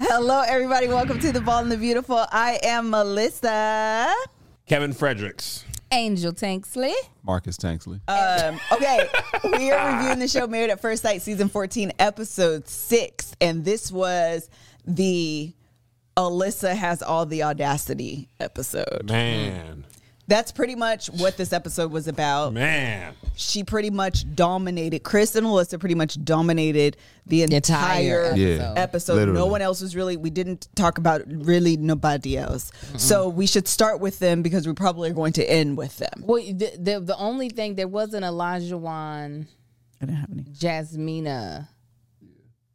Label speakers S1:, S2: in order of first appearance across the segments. S1: Hello, everybody. Welcome to The Ball and the Beautiful. I am Melissa.
S2: Kevin Fredericks.
S3: Angel Tanksley.
S4: Marcus Tanksley.
S1: Um, okay, we are reviewing the show Married at First Sight, season 14, episode six. And this was the Alyssa has all the audacity episode.
S2: Man.
S1: That's pretty much what this episode was about.
S2: Man.
S1: She pretty much dominated, Chris and Alyssa pretty much dominated the entire,
S3: entire
S4: Yeah.
S1: episode. No
S4: Literally.
S1: one else was really, we didn't talk about really nobody else. So we should start with them because we probably are going to end with them.
S3: Well, the, the the only thing there was an Elijah Wan
S1: I didn't have any.
S3: Jasmina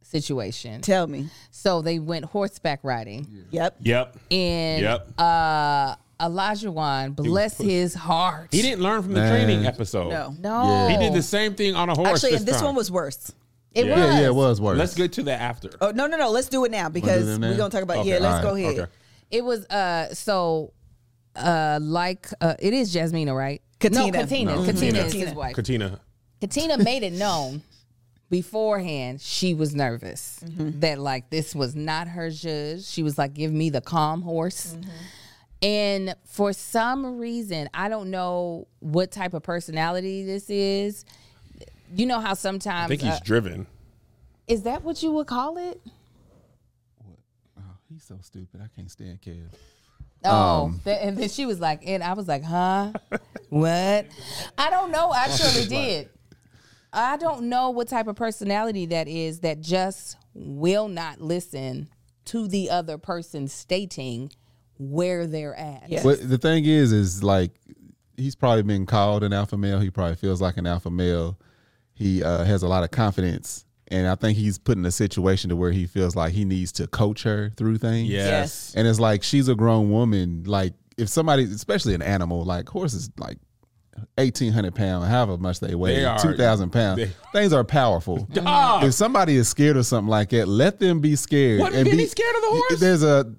S3: situation.
S1: Tell me.
S3: So they went horseback riding,
S1: Yep.
S2: Yep.
S3: and
S2: Yep.
S3: uh, Elijah Wan, bless his heart.
S2: He didn't learn from the
S4: Man.
S2: training episode.
S1: No. Oh.
S3: No,
S2: He did the same thing on a horse.
S1: Actually,
S2: this,
S1: this
S2: time.
S1: one was worse.
S3: It
S2: Yeah.
S3: was.
S4: Yeah, yeah, it was worse.
S2: Let's get to that after.
S1: Oh no no no! Let's do it now because
S4: it now?
S1: we're gonna talk about.
S2: Okay,
S1: yeah, let's
S4: all
S1: go
S4: right,
S1: ahead.
S2: okay.
S3: It was uh so uh like uh it is Jasmina, right?
S1: Katina.
S3: No, Katina.
S2: No,
S3: Katina is
S1: Katina.
S3: his wife.
S2: Katina.
S3: Katina made it known beforehand she was nervous that like this was not her judge. She was like, give me the calm horse. And for some reason, I don't know what type of personality this is. You know how
S2: I
S3: sometimes
S2: think he's
S3: uh,
S2: driven.
S3: is that what you would call it?
S4: Oh, he's so stupid. I can't stand Kev.
S3: Oh, th- and then she was like, and I was like, huh? what? I don't know. I surely did. I don't know what type of personality that is that just will not listen to the other person stating where they're at.
S1: Yeah.
S4: But the thing is, is like he's probably been called an alpha male. He probably feels like an alpha male. He uh, has a lot of confidence, and I think he's put in a situation to where he feels like he needs to coach her through things.
S1: Yes.
S4: and it's like she's a grown woman. Like if somebody, especially an animal, like horses, like. 1800 pound however much they weigh
S2: They are-
S4: 2000 pounds
S2: they-
S4: things are powerful
S2: Dog.
S4: if somebody is scared of something like that let them be scared
S2: Wasn't
S4: and
S2: Vinny
S4: be
S2: scared of the horse?
S4: there's a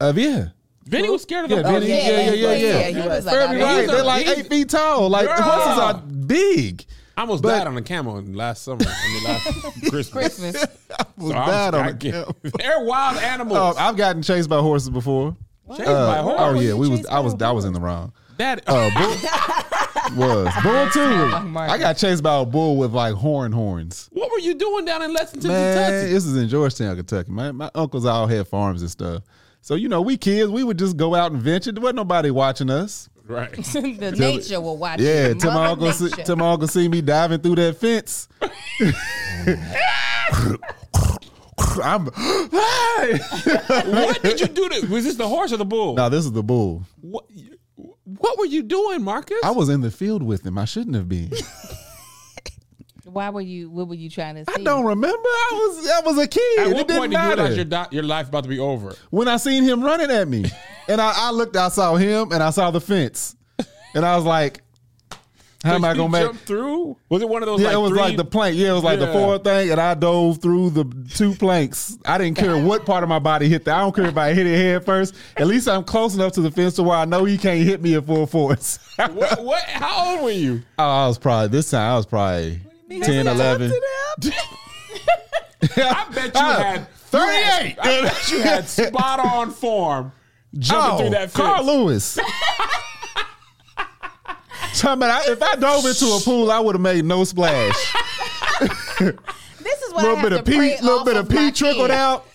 S4: of yeah
S2: Vinny was scared of the
S4: Yeah,
S2: horse.
S4: Vinny- yeah, yeah, yeah, yeah.
S3: He was like,
S4: Fairly
S3: I
S4: right.
S2: he's
S4: They're
S2: a-
S4: like
S2: he's-
S4: eight feet tall. Like
S2: Girl.
S4: horses are big.
S2: I almost
S4: But-
S2: died on a camel in last summer. I mean, last Christmas.
S3: Christmas.
S4: Was
S2: So I was-
S4: bad on
S2: I
S4: a
S2: get-
S4: camel.
S2: They're wild animals.
S4: Um, I've gotten chased by horses before.
S2: Chased by a horse?
S4: Oh
S2: Was
S4: yeah,
S2: you
S4: we was.
S1: chased
S4: I was.
S1: by a
S4: I was in the wrong.
S2: that
S4: Uh, bull, was bull too.
S3: Marcus.
S4: I got chased by a bull with like horn horns.
S2: what were you doing down in Lexington,
S4: Man,
S2: Kentucky?
S4: this is in Georgetown, Kentucky. My my uncles all had farms and stuff. So you know, we kids, we would just go out and venture. There wasn't nobody watching us.
S2: Right.
S3: the nature will watch
S4: Yeah,
S3: you.
S4: till my
S3: Mother
S4: uncle, see,
S3: nature.
S4: till my uncle see me diving through that fence. I'm.
S2: what did you do? To, was this the horse or the bull?
S4: now this is the bull.
S2: What, what were you doing, Marcus?
S4: I was in the field with him. I shouldn't have been.
S3: Why were you what were you trying to see?
S4: I don't remember. I was I was a kid.
S2: At
S4: it
S2: what
S4: didn't
S2: point did you
S4: matter.
S2: realize your, di- your life about to be over?
S4: when I seen him running at me, and I, I looked, I saw him, and I saw the fence, and I was like, "How am I
S2: You
S4: gonna make?"
S2: jump through? Was it one of those?
S4: Yeah,
S2: like
S4: it was
S2: three-
S4: like the plank. Yeah, it was like
S2: Yeah.
S4: the four thing, and I dove through the two planks. I didn't care what part of my body hit that. I don't care if I hit it head first. At least I'm close enough to the fence to where I know he can't hit me at full force. I
S2: What, what? How old were you?
S4: was probably this time. I was probably 10, 11.
S2: I bet you had
S4: thirty-eight.
S2: I bet you had spot on form jumping
S4: Oh,
S2: through that fence.
S4: Carl Lewis. Tell me, I- if I dove into a pool, I would have made no splash.
S3: This is
S4: A
S3: what I
S4: little
S3: have
S4: bit
S3: to
S4: of pee,
S3: pray
S4: little bit
S3: off
S4: of pee
S3: my
S4: trickled
S3: kids.
S4: out.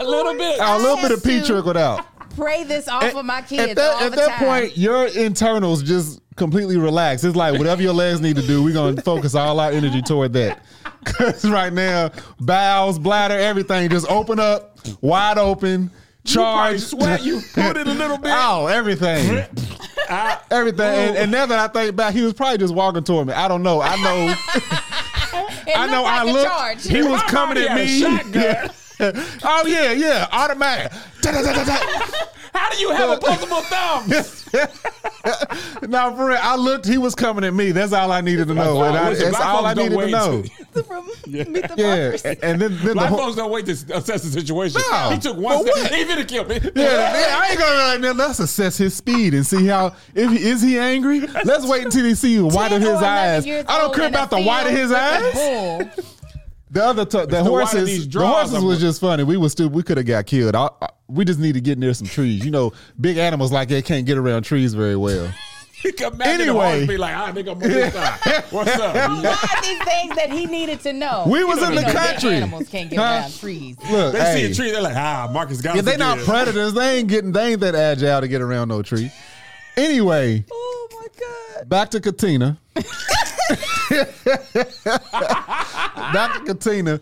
S2: a little bit.
S4: A little bit
S3: have
S4: of pee
S3: to-
S4: trickled out.
S3: Pray this off of my kids
S4: at that,
S3: all
S4: at
S3: the
S4: that
S3: time.
S4: point, your internals just completely relax. It's like whatever your legs need to do, we're gonna focus all our energy toward that. Cause right now, bowels, bladder, everything just open up, wide open,
S2: you probably
S4: charge,
S2: sweat. You put it a little bit.
S4: Oh, everything.
S2: I-
S4: Everything. And, and now that I think back, he was probably just walking toward me. I don't know. I know.
S3: It
S4: I know.
S3: looked like
S4: I
S3: a
S4: looked.
S3: charge.
S4: He was
S2: Somebody
S4: coming at
S2: had a
S4: me.
S2: shotgun.
S4: oh yeah, yeah. Automatic. Da, da, da, da, da.
S2: how do you have opposable thumbs?
S4: No, for real. I looked. He was coming at me. That's all I needed to know. And I,
S2: Listen,
S4: that's
S2: black
S4: all
S2: folks
S4: I
S2: don't
S4: needed to
S2: wait
S4: know.
S2: till-
S1: Meet the
S4: Yeah.
S1: Fockers.
S4: And then, then the
S2: Black
S4: whole.
S2: folks don't wait to assess the situation.
S4: No.
S2: He took one
S4: For
S2: step.
S4: what?
S2: He finna kill me.
S4: Yeah, yeah, I ain't gonna let him. Let's assess his speed and see how if he, is he angry. Let's wait until he see the white of
S3: 10 or
S4: his
S3: 11
S4: eyes.
S3: years
S4: I don't
S3: old
S4: care
S3: in a
S4: about the white of
S3: field
S4: his
S3: with a
S4: eyes.
S3: bull.
S4: The other t- the
S2: why do
S4: horses,
S2: these
S4: the
S2: draws
S4: horses
S2: I'm-
S4: was just funny. We was stupid. We could have got killed. I, I- we just need to get near some trees. You know, big animals like that can't get around trees very well.
S2: Imagine
S4: Anyway.
S2: anyway, the horse be like, ah, nigga, Marissa, what's up?
S3: Why are these things that he needed to know?
S4: We was in
S3: You
S4: the
S3: know,
S4: country.
S3: Animals can't get
S4: Huh?
S3: around trees.
S4: Look,
S2: They
S4: hey,
S2: see a tree, they're like, ah, Marcus got
S4: if
S2: us
S4: they not
S2: again.
S4: predators, they ain't getting. They ain't that agile to get around no tree. Anyway,
S1: Oh my god.
S4: back to Katina. back to Katina.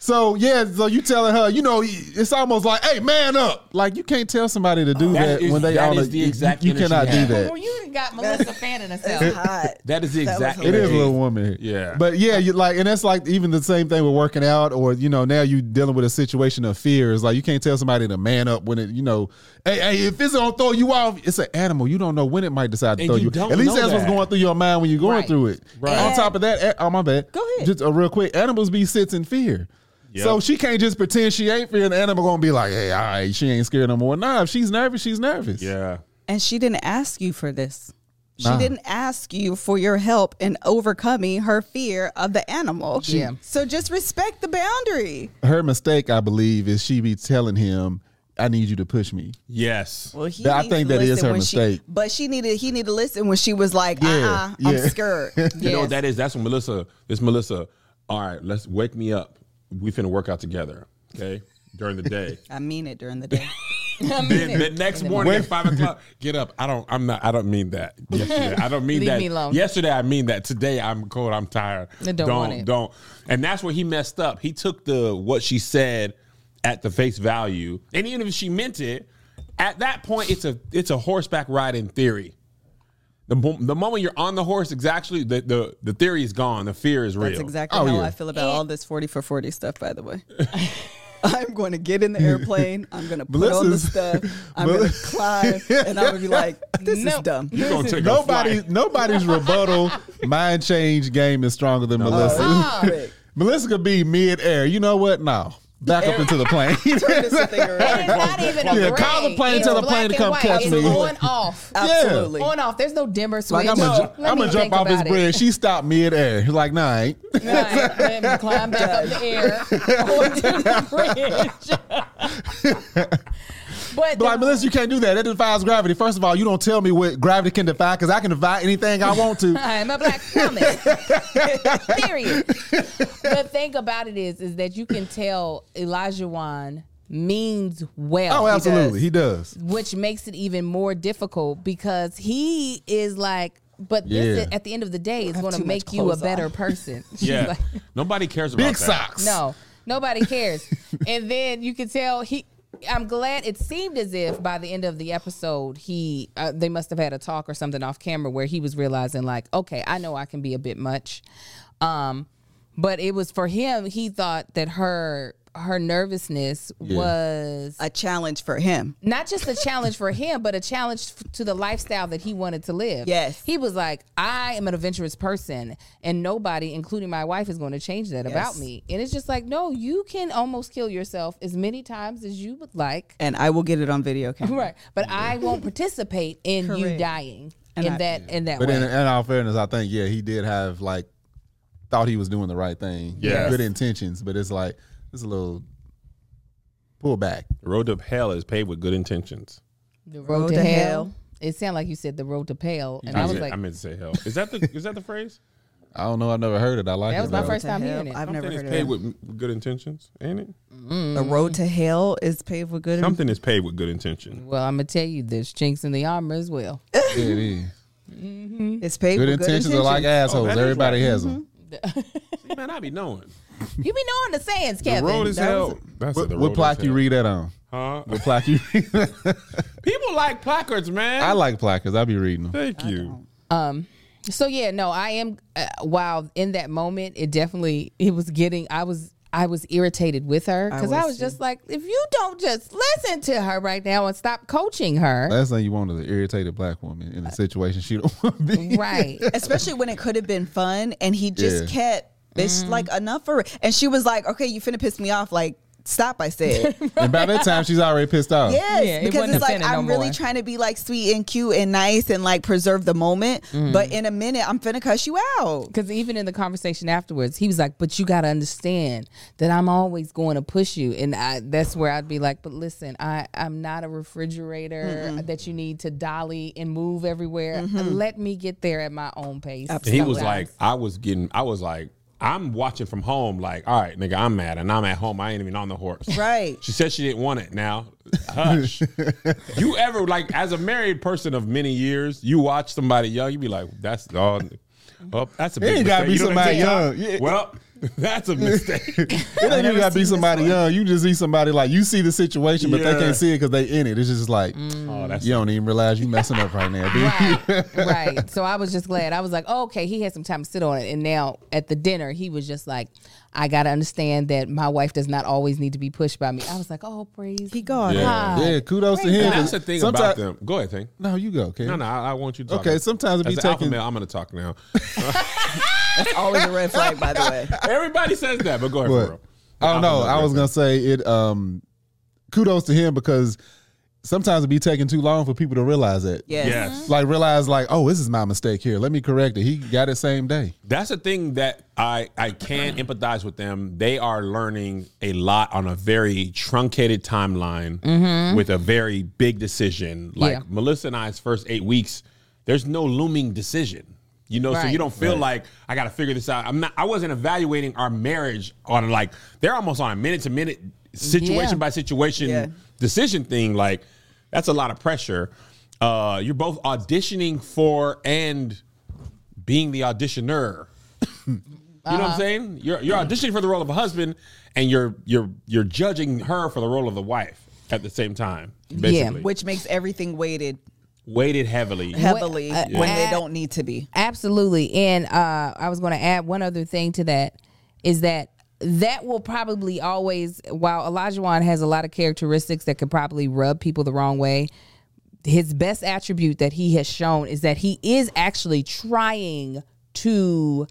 S4: So yeah, so you telling her, you know, it's almost like, hey, man up. Like you can't tell somebody to do
S2: That
S4: that,
S2: is-
S4: when they
S2: that
S4: on
S2: is
S4: a-
S2: the
S4: you-
S2: exact
S4: You,
S2: energy
S4: cannot
S2: you
S4: do
S2: have.
S4: that.
S3: Well, you got Melissa fanning
S1: That's
S3: herself.
S1: hot.
S2: That is the
S1: was
S2: exact
S4: It
S1: hilarious.
S4: is a little woman. here.
S2: Yeah.
S4: But yeah, you like, and that's like even the same thing with working out, or you know, now you dealing with a situation of fear. It's like you can't tell somebody to man up when it, you know, hey, hey, if it's gonna throw you off, it's an animal. You don't know when it might decide to
S2: And
S4: throw
S2: you
S4: you.
S2: don't
S4: At least
S2: know
S4: that's what's
S2: that.
S4: going through your mind when you're going
S3: Right.
S4: through it.
S2: Right.
S4: On
S1: And-
S4: top of that, a- oh my bad.
S1: Go ahead.
S4: Just uh, real quick, animals be sits in fear.
S2: Yep.
S4: So she can't just pretend she ain't fearing. The animal gonna be like, hey, all right, she ain't scared no more. Nah, if she's nervous, she's nervous.
S2: Yeah.
S1: And she didn't ask you for this. She
S4: Nah.
S1: didn't ask you for your help in overcoming her fear of the animal.
S3: Yeah.
S1: So just respect the boundary.
S4: Her mistake, I believe, is she be telling him, I need you to push me.
S2: Yes.
S1: Well, he
S4: That- I
S1: needs
S4: think
S1: to
S4: that is
S1: listen
S4: her
S1: when she-
S4: mistake.
S1: but she needed he needed to listen when she was like,
S4: Yeah,
S1: uh-uh,
S4: yeah.
S1: I'm scared.
S2: You know
S3: Yes.
S2: what that is? That's when Melissa, this Melissa, all right, let's wake me up. We finna work out together, okay? During the day.
S1: I mean it during the day.
S3: I mean
S2: then
S3: it.
S2: the next morning at five o'clock, get up. I don't. I'm not. I don't mean that. Yesterday, I don't mean
S3: Leave
S2: that.
S3: me alone.
S2: Yesterday, I mean that. Today, I'm cold. I'm tired.
S3: I don't want it.
S2: don't. And that's where he messed up. He took the what she said at the face value, and even if she meant it, at that point, it's a it's a horseback ride in theory. The, mo- the moment you're on the horse, exactly the, the the theory is gone. The fear is real.
S1: That's exactly
S4: Oh,
S1: how
S4: yeah.
S1: I feel about all this 40 for 40 stuff, by the way. I'm going to get in the airplane. I'm going to put on the
S4: Melissa's-
S1: stuff. I'm going to
S4: Melissa-
S1: climb. And I'm going to be like, this is
S3: Nope.
S1: dumb.
S2: You're gonna take
S4: Nobody,
S2: a flight.
S4: nobody's rebuttal mind change game is stronger than Melissa.
S1: Quick.
S4: Melissa could be mid air. You know what? No, back up into the plane.
S1: Turn this thing
S3: And
S1: around.
S3: it's not even a
S4: Yeah,
S3: gray.
S4: call the plane and
S3: It's
S4: tell the
S3: black
S4: plane to
S3: and
S4: come
S3: white.
S4: catch
S3: It's
S4: me.
S3: On off.
S1: Absolutely.
S3: On off. There's no dimmer switch.
S4: like I'm gonna
S3: Let me
S4: jump
S3: think
S4: off this
S3: about it.
S4: bridge. She stopped mid air. Like nah, I ain't.
S3: All right, let me climb back up the air onto the bridge. but
S4: But like
S3: the-
S4: Melissa, you can't do that. That defies gravity. First of all, you don't tell me what gravity can defy because I can defy anything I want to.
S3: I'm a black woman. Period. The thing about it is, is that you can tell Elijah Wan means well.
S4: Oh,
S3: He
S4: absolutely,
S3: does.
S4: he does.
S3: which makes it even more difficult because he is like, but this
S4: Yeah.
S3: is, at the end of the day is
S1: have
S3: going
S1: too
S3: to
S1: much
S3: make you a
S1: clothes
S3: better
S1: on.
S3: person. She's
S2: Yeah.
S3: like,
S2: Nobody cares about
S4: Big
S2: that.
S4: socks.
S3: no, nobody cares. and then you can tell he. I'm glad it seemed as if by the end of the episode he uh, they must have had a talk or something off camera where he was realizing like okay I know I can be a bit much, um, but it was for him he thought that her her nervousness was
S1: A challenge for him.
S3: not just a challenge for him, but a challenge f- to the lifestyle that he wanted to live.
S1: Yes.
S3: He was like, I am an adventurous person, and nobody, including my wife, is going to change that about me. And it's just like, no, you can almost kill yourself as many times as you would like.
S1: And I will get it on video camera.
S3: Right. But I won't participate in you
S1: Correct.
S3: dying
S1: And
S3: in
S1: I-
S3: that in that
S4: But
S3: way.
S4: in, in all fairness, I think yeah, he did have like thought he was doing the right thing.
S2: Yes.
S4: good intentions, but it's like it's a little pullback.
S2: The road to hell is paved with good intentions.
S3: the road, to, hell. It sounded like you said the road to pale. And I was
S2: meant-
S3: like,
S2: I meant to say hell. Is that the is that the phrase?
S4: I don't know. I never heard it. I like
S3: that
S4: it.
S3: was my
S4: though.
S3: first
S1: To
S3: time
S1: hell.
S3: hearing it.
S1: I've never
S2: Something
S1: heard
S2: is
S1: of
S2: paved
S1: it.
S2: with good intentions, ain't it?
S1: The road
S3: Mm-hmm.
S1: to hell is paved with good.
S2: Something is paved with good intention.
S3: well, I'm gonna tell you, there's chinks in the armor as well.
S4: Yeah, it is.
S1: It's paved
S4: Good
S1: with
S4: intentions are like
S2: Oh,
S4: assholes.
S2: that is
S4: Everybody
S2: right.
S4: has
S3: mm-hmm.
S4: them.
S2: See, Mm-hmm. man, I be knowing.
S3: You be knowing the sayings,
S2: The
S3: Kevin.
S2: road is
S1: that was
S2: hell. That's
S4: What,
S2: it, the
S4: what
S2: road
S4: plaque
S2: is
S4: you
S2: hell.
S4: read that on?
S2: Huh?
S4: What plaque you read?
S2: People like placards, man.
S4: I like placards. I be reading them.
S2: Thank you.
S3: Um. So yeah, no, I am. Uh, while in that moment, it definitely it was getting. I was I was irritated with her because I,
S1: was
S3: was just like, if you don't just listen to her right now and stop coaching her,
S4: Last thing you want is an irritated black woman in a situation she don't want to be.
S3: right?
S1: especially when it could have been fun and he just
S4: Yeah.
S3: Mm-hmm.
S1: kept it's like enough for and she was like okay you finna piss me off like Stop, I said.
S4: and by that time, she's already pissed off.
S1: Yes,
S3: Yeah, it
S1: because
S3: wasn't
S1: it's like
S3: offended no
S1: I'm really
S3: more.
S1: trying to be like sweet and cute and nice and like preserve the moment.
S3: Mm-hmm.
S1: But in a minute, I'm finna cuss you out.
S3: Because even in the conversation afterwards, he was like, "But you got to understand that I'm always going to push you," and I, that's where I'd be like, "But listen, I I'm not a refrigerator that you need to dolly and move everywhere.
S1: Mm-hmm.
S3: Let me get there at my own pace."
S2: And he was like, I was getting, I was like, I'm watching from home. Like, all right, nigga, I'm mad, and I'm at home. I ain't even on the horse.
S1: Right.
S2: She said she didn't want it. Now, hush. you ever like as a married person of many years, you watch somebody young, you be like, that's all. Oh, that's a big
S4: ain't gotta
S2: mistake. You
S4: be
S2: know what I'm
S4: somebody
S2: saying?
S4: young. Yeah.
S2: Well, that's a mistake.
S4: It ain't even gotta be somebody young. You just see somebody like you see the situation, but
S2: Yeah.
S4: they can't see it because they in it. It's just like
S2: oh, that's
S4: you don't even realize you messing up right now, dude.
S3: right, right. So I was just glad. I was like, oh, okay, he had some time to sit on it. And now at the dinner, he was just like, I got to understand that my wife does not always need to be pushed by me. I was like, oh, praise.
S1: He gone.
S2: Yeah.
S3: God.
S4: Yeah, kudos to
S3: Praise
S4: him.
S3: God.
S2: That's the thing
S4: Someti-
S2: about them. Go ahead, thing.
S4: No, you go, Ken.
S2: No, no, I, I want you to talk.
S4: Okay, sometimes it be
S2: As an alpha
S4: taking-
S2: male, I'm going to talk now.
S1: That's always a red flag, by the way.
S2: Everybody says that, but go ahead,
S4: But
S2: bro.
S4: I don't know.
S2: Alpha male,
S4: I was
S2: right?
S4: gonna say it. Um, kudos to him because sometimes it be taking too long for people to realize that.
S1: Yes.
S2: Yes.
S4: Like realize like, oh, this is my mistake here. Let me correct it. He got it same day.
S2: that's the thing that I I can empathize with them. They are learning a lot on a very truncated timeline with a very big decision. Like
S3: Mm-hmm. Yeah.
S2: Melissa and I's first eight weeks, there's no looming decision. You know, so
S3: Right.
S2: you don't feel like I got to figure this out. I'm not. I wasn't evaluating our marriage on like they're almost on a minute to minute situation
S3: Yeah.
S2: by situation
S1: Yeah.
S2: decision thing. Like that's a lot of pressure. Uh, you're both auditioning for and being the auditioner. You know what I'm saying? You're you're auditioning for the role of a husband, and you're you're you're judging her for the role of the wife at the same time. Basically,
S1: Which makes everything weighted
S2: weighted heavily.
S1: Uh-huh. heavily
S3: uh,
S1: when they
S3: yeah.
S1: don't need to be.
S3: Absolutely. And uh, I was going to add one other thing to that is that that will probably always, while Olajuwon has a lot of characteristics that could probably rub people the wrong way, his best attribute that he has shown is that he is actually trying to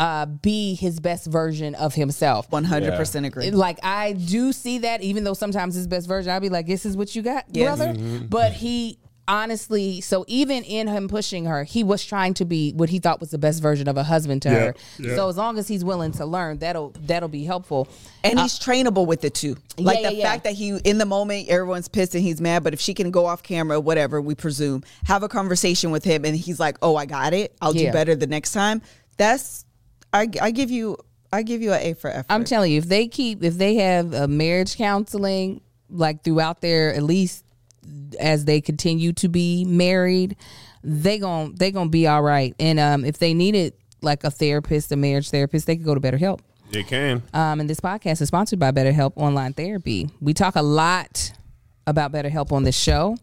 S3: uh, be his best version of himself.
S1: 100% agree.
S3: Like I do see that, even though sometimes his best version, I'll be like, "This is what you got, brother." But he honestly, so even in him pushing her, he was trying to be what he thought was the best version of a husband to her. So as long as he's willing to learn, that'll that'll be helpful.
S1: And he's trainable with it too. Like
S3: yeah,
S1: the
S3: yeah.
S1: fact that he, in the moment, everyone's pissed and he's mad, but if she can go off camera, whatever, we presume, have a conversation with him and he's like, oh, I got it. I'll
S3: Yeah.
S1: do better the next time. That's, I, I give you, I give you an A for effort.
S3: I'm telling you, if they keep if they have a marriage counseling like throughout their at least as they continue to be married, they gon' they gonna be all right. And um, if they needed like a therapist, a marriage therapist, they could go to BetterHelp.
S2: It can.
S3: Um, and this podcast is sponsored by BetterHelp Online Therapy. We talk a lot about BetterHelp on this show.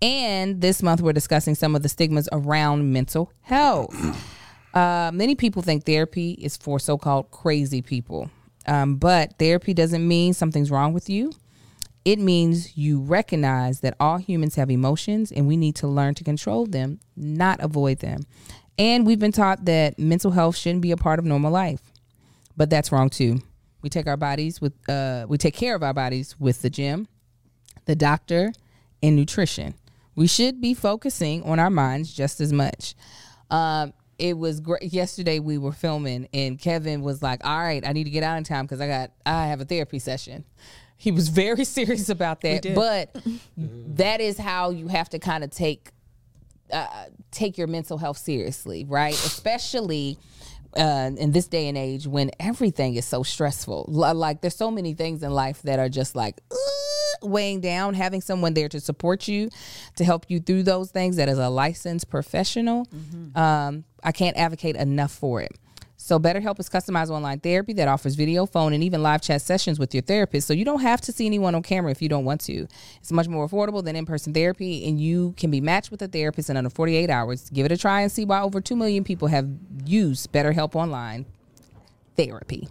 S3: And this month, we're discussing some of the stigmas around mental health. Uh, many people think therapy is for so called crazy people, um, but therapy doesn't mean something's wrong with you. It means you recognize that all humans have emotions and we need to learn to control them, not avoid them. And we've been taught that mental health shouldn't be a part of normal life but that's wrong too. We take our bodies with uh, we take care of our bodies with the gym, the doctor, and nutrition. We should be focusing on our minds just as much. Um, it was great yesterday. We were filming, and Kevin was like, "All right, I need to get out in time because I got I have a therapy session." He was very serious about that, but that is how you have to kind of take take your mental health seriously, right? Especially uh, in this day and age when everything is so stressful. L- like, there's so many things in life that are just like "Ugh," weighing down. Having someone there to support you, to help you through those things, that is a licensed professional. Um, I can't advocate enough for it. So, BetterHelp is customized online therapy that offers video, phone, and even live chat sessions with your therapist. So, you don't have to see anyone on camera if you don't want to. It's much more affordable than in person therapy, and you can be matched with a therapist in under 48 hours. Give it a try and see why over 2 million people have used BetterHelp online therapy.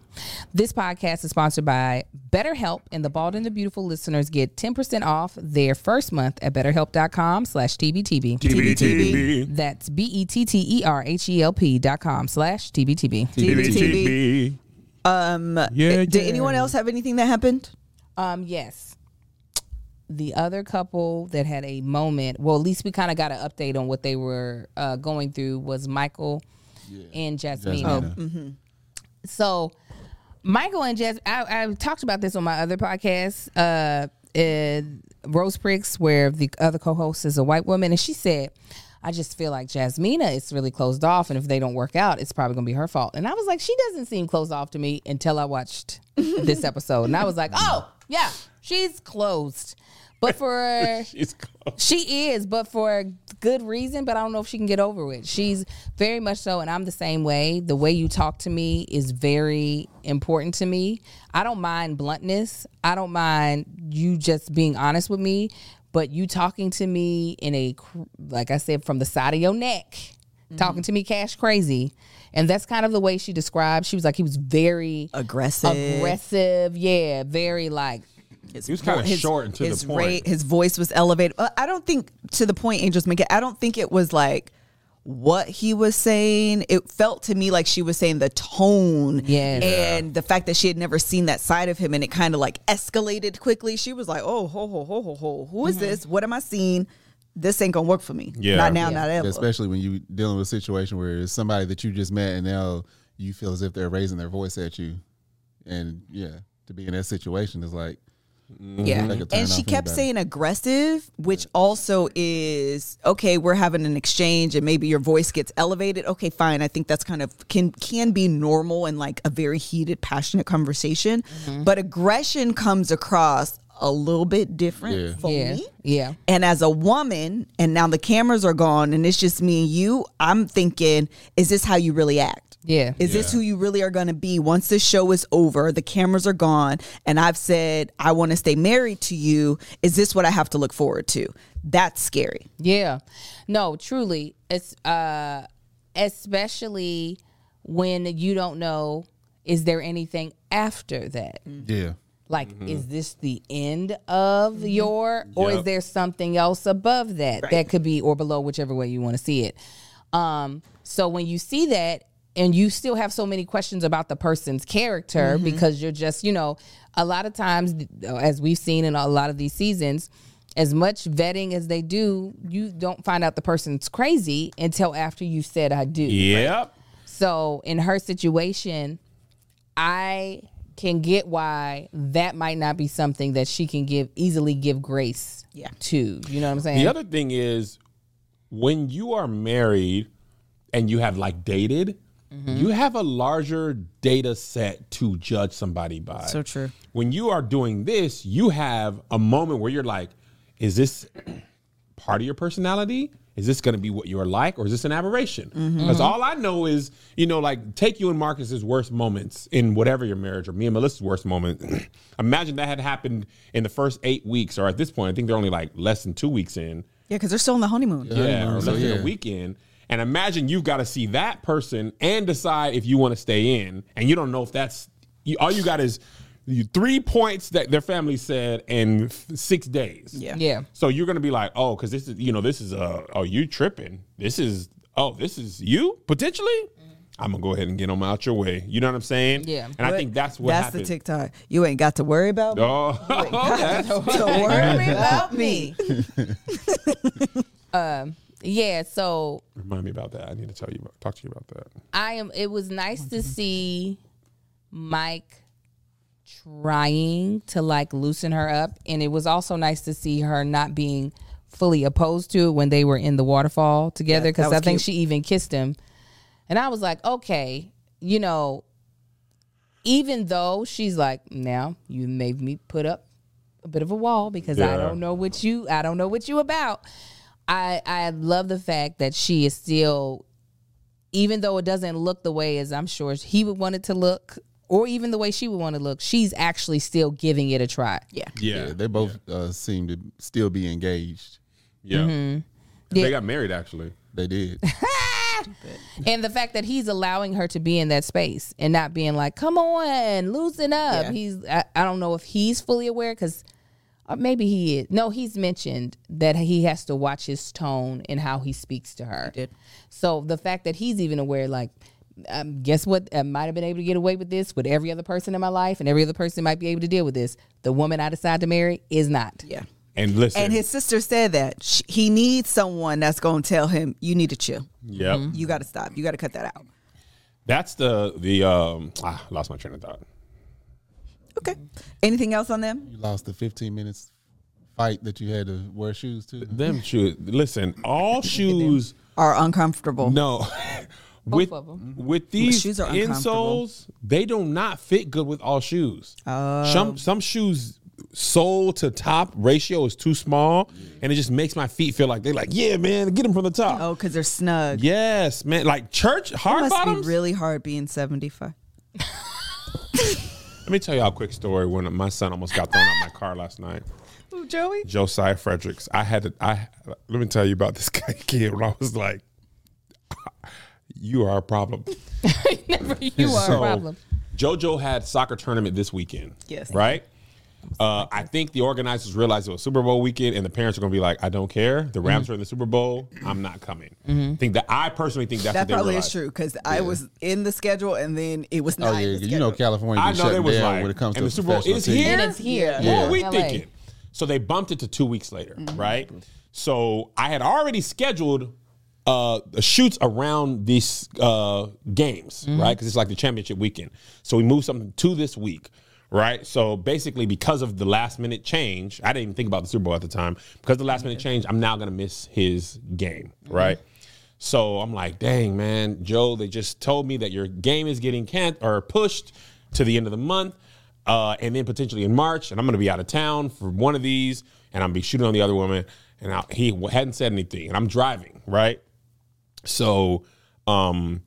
S3: This podcast is sponsored by BetterHelp, and the Bald and the Beautiful listeners get 10% off their first month at betterhelp.com slash TBTB.
S2: TBTB.
S3: That's B E T T E R H E L P dot com slash TBTB.
S1: TBTB.
S2: Um. Yeah.
S1: Did anyone else have anything that happened?
S3: Um, yes. The other couple that had a moment, well, at least we kind of got an update on what they were uh, going through was Michael and Jasmine.
S4: Jasmina.
S3: So Michael and Jess, I, I talked about this on my other podcast, uh, in Rose Pricks, where the other co-host is a white woman, and she said, "I just feel like Jasmina is really closed off, and if they don't work out, it's probably gonna be her fault." And I was like, "She doesn't seem closed off to me until I watched this episode," and I was like, "Oh yeah, she's closed." But for
S2: It's close.
S3: she is, but for good reason. But I don't know if she can get over it. She's very much so, and I'm the same way. The way you talk to me is very important to me. I don't mind bluntness. I don't mind you just being honest with me. But you talking to me in a, cr- like I said, from the side of your neck, talking to me cash crazy. And that's kind of the way she described. She was like, he was very
S1: Aggressive.
S3: aggressive. Yeah, very like,
S1: His
S2: He was kinda
S1: vo- his-
S2: short and to the
S1: his
S2: point.
S1: his voice was elevated. Uh, I don't think to the point Angels make it. I don't think it was like what he was saying. It felt to me like she was saying the tone,
S3: Yes.
S1: and the fact that she had never seen that side of him, and it kind of like escalated quickly. She was like, "Oh, ho, ho, ho, ho, ho. Who is this? What am I seeing? This ain't gonna work for me.
S2: Yeah.
S1: Not now,
S2: Yeah.
S1: not ever."
S4: especially when you dealing with a situation where it's somebody that you just met and now you feel as if they're raising their voice at you and yeah to be in that situation is like
S1: Yeah.
S4: Like a turn
S1: And she
S4: off
S1: kept
S4: anybody.
S1: saying aggressive, which also is okay, we're having an exchange and maybe your voice gets elevated. Okay, fine. I think that's kind of can can be normal and like a very heated, passionate conversation. But aggression comes across a little bit different
S4: Yeah.
S1: for
S3: yeah,
S1: me.
S3: yeah.
S1: And as a woman, and now the cameras are gone and it's just me and you, I'm thinking, is this how you really act?
S3: Yeah.
S1: Is this who you really are going to be once this show is over? The cameras are gone, and I've said I want to stay married to you. Is this what I have to look forward to? That's scary.
S3: Yeah. No, truly. It's uh especially when you don't know is there anything after that?
S4: yeah
S3: Like is this the end of your or is
S2: Yep.
S3: there something else above that that could be or below whichever way you want to see it. Um so when you see that and you still have so many questions about the person's character because you're just, you know, a lot of times as we've seen in a lot of these seasons as much vetting as they do, you don't find out the person's crazy until after you said I do.
S2: Yep.
S3: So in her situation, I can get why that might not be something that she can give easily give grace
S1: Yeah.
S3: to. You know what I'm saying?
S2: The other thing is when you are married and you have like dated,
S1: Mm-hmm.
S2: you have a larger data set to judge somebody by.
S1: So true.
S2: When you are doing this, you have a moment where you're like, is this part of your personality? Is this going to be what you're like, or is this an aberration? Because
S1: Mm-hmm.
S2: all I know is, you know, like take you and Marcus's worst moments in whatever your marriage, or me and Melissa's worst moment. Imagine that had happened in the first eight weeks, or at this point, I think they're only like less than two weeks in.
S1: Yeah, because they're still on the honeymoon.
S2: Yeah, or
S4: honeymoon,
S2: less
S4: so
S2: than a
S4: yeah.
S2: weekend. And imagine you've got to see that person and decide if you want to stay in, and you don't know if that's you, all you got is you, three points that their family said in f- six days.
S1: Yeah.
S3: yeah.
S2: So you're gonna be like, oh, because this is you know this is uh oh you tripping. This is oh this is you potentially. I'm gonna go ahead and get them out your way. You know what I'm saying?
S3: Yeah.
S2: And I think that's what
S1: That's
S2: happened.
S1: the TikTok. You ain't got to worry about. me.
S2: Oh, that's-
S1: Don't worry about me.
S3: Um, Yeah, so
S2: remind me about that. I need to tell you about, talk to you about that.
S3: I am it was nice to see Mike trying to like loosen her up and it was also nice to see her not being fully opposed to it when they were in the waterfall together
S1: Yeah, that
S3: because
S1: was
S3: I think
S1: cute.
S3: she even kissed him. And I was like, "Okay, you know, even though she's like, now you made me put up a bit of a wall because I
S2: Yeah.
S3: don't know what you I don't know what you about. I I love the fact that she is still even though it doesn't look the way as I'm sure he would want it to look or even the way she would want to look, she's actually still giving it a try.
S1: Yeah.
S2: Yeah,
S4: yeah they both uh, seem to still be engaged
S2: yeah.
S3: Yeah.
S2: They got married actually.
S4: they did
S3: And the fact that he's allowing her to be in that space and not being like, "Come on, loosen up."
S1: Yeah.
S3: He's I, I don't know if he's fully aware because maybe he is. No, he's mentioned that he has to watch his tone and how he speaks to her.
S1: did.
S3: So the fact that he's even aware, like um, guess what? I might have been able to get away with this with every other person in my life, and every other person might be able to deal with this. The woman I decide to marry is not.
S1: Yeah.
S2: And listen,
S1: And his sister said that sh he needs someone that's going to tell him, you need to chill.
S2: yep,
S1: You got to stop. You got to cut that out.
S2: that's the the um. Ah, lost my train of thought.
S1: Okay. Anything else on them?
S4: You lost the 15 minutes fight that you had to wear shoes to.
S2: Them shoes. Listen, all shoes.
S1: Are uncomfortable.
S2: No, with
S3: of 'em.
S2: with these
S1: shoes are uncomfortable. Uh,
S2: insoles, they do not fit good with all shoes. Some some shoes sole to top ratio is too small, and it just makes my feet feel like they're like, yeah, man, get them from the top.
S1: Oh, because they're snug.
S2: Yes, man, like church
S1: it
S2: hard
S1: must
S2: bottoms.
S1: be really hard being 75.
S2: Let me tell y'all a quick story. When my son almost got thrown out my car last night.
S1: Joey?
S2: Josiah Fredericks. I had to. I let me tell you about this guy kid. When I was like, "You are a problem."
S3: Never, you are a problem.
S2: JoJo had soccer tournament this weekend.
S1: Yes.
S2: Right. Uh, I think the organizers realized it was Super Bowl weekend, and the parents are going to be like, "I don't care. The Rams
S1: Mm-hmm.
S2: are in the Super Bowl. I'm not coming." Think that I personally think that's what
S1: That
S2: they
S1: probably
S2: realized.
S1: is true because I was in the schedule and then it was not.
S4: Oh yeah,
S1: in the
S4: you know
S1: schedule.
S4: California.
S2: I
S4: be
S2: know they
S4: shutting
S2: was
S4: down
S2: like,
S4: when it comes
S2: and
S4: to
S2: the Super Bowl
S4: professional
S2: is
S4: teams.
S2: here.
S3: And it's here.
S2: What
S4: Yeah.
S2: were we
S3: LA.
S2: thinking? So they bumped it to two weeks later, right? So I had already scheduled uh, the shoots around these uh, games, right? Because it's like the championship weekend. So we moved something to this week, right? So basically, because of the last minute change, I didn't even think about the Super Bowl at the time. Because of the last minute change, I'm now going to miss his game, right? So I'm like, dang, man, Joe, they just told me that your game is getting can- or pushed to the end of the month uh, and then potentially in March. And I'm going to be out of town for one of these, and I'm be shooting on the other woman. And I, he hadn't said anything, and I'm driving, right? So, um,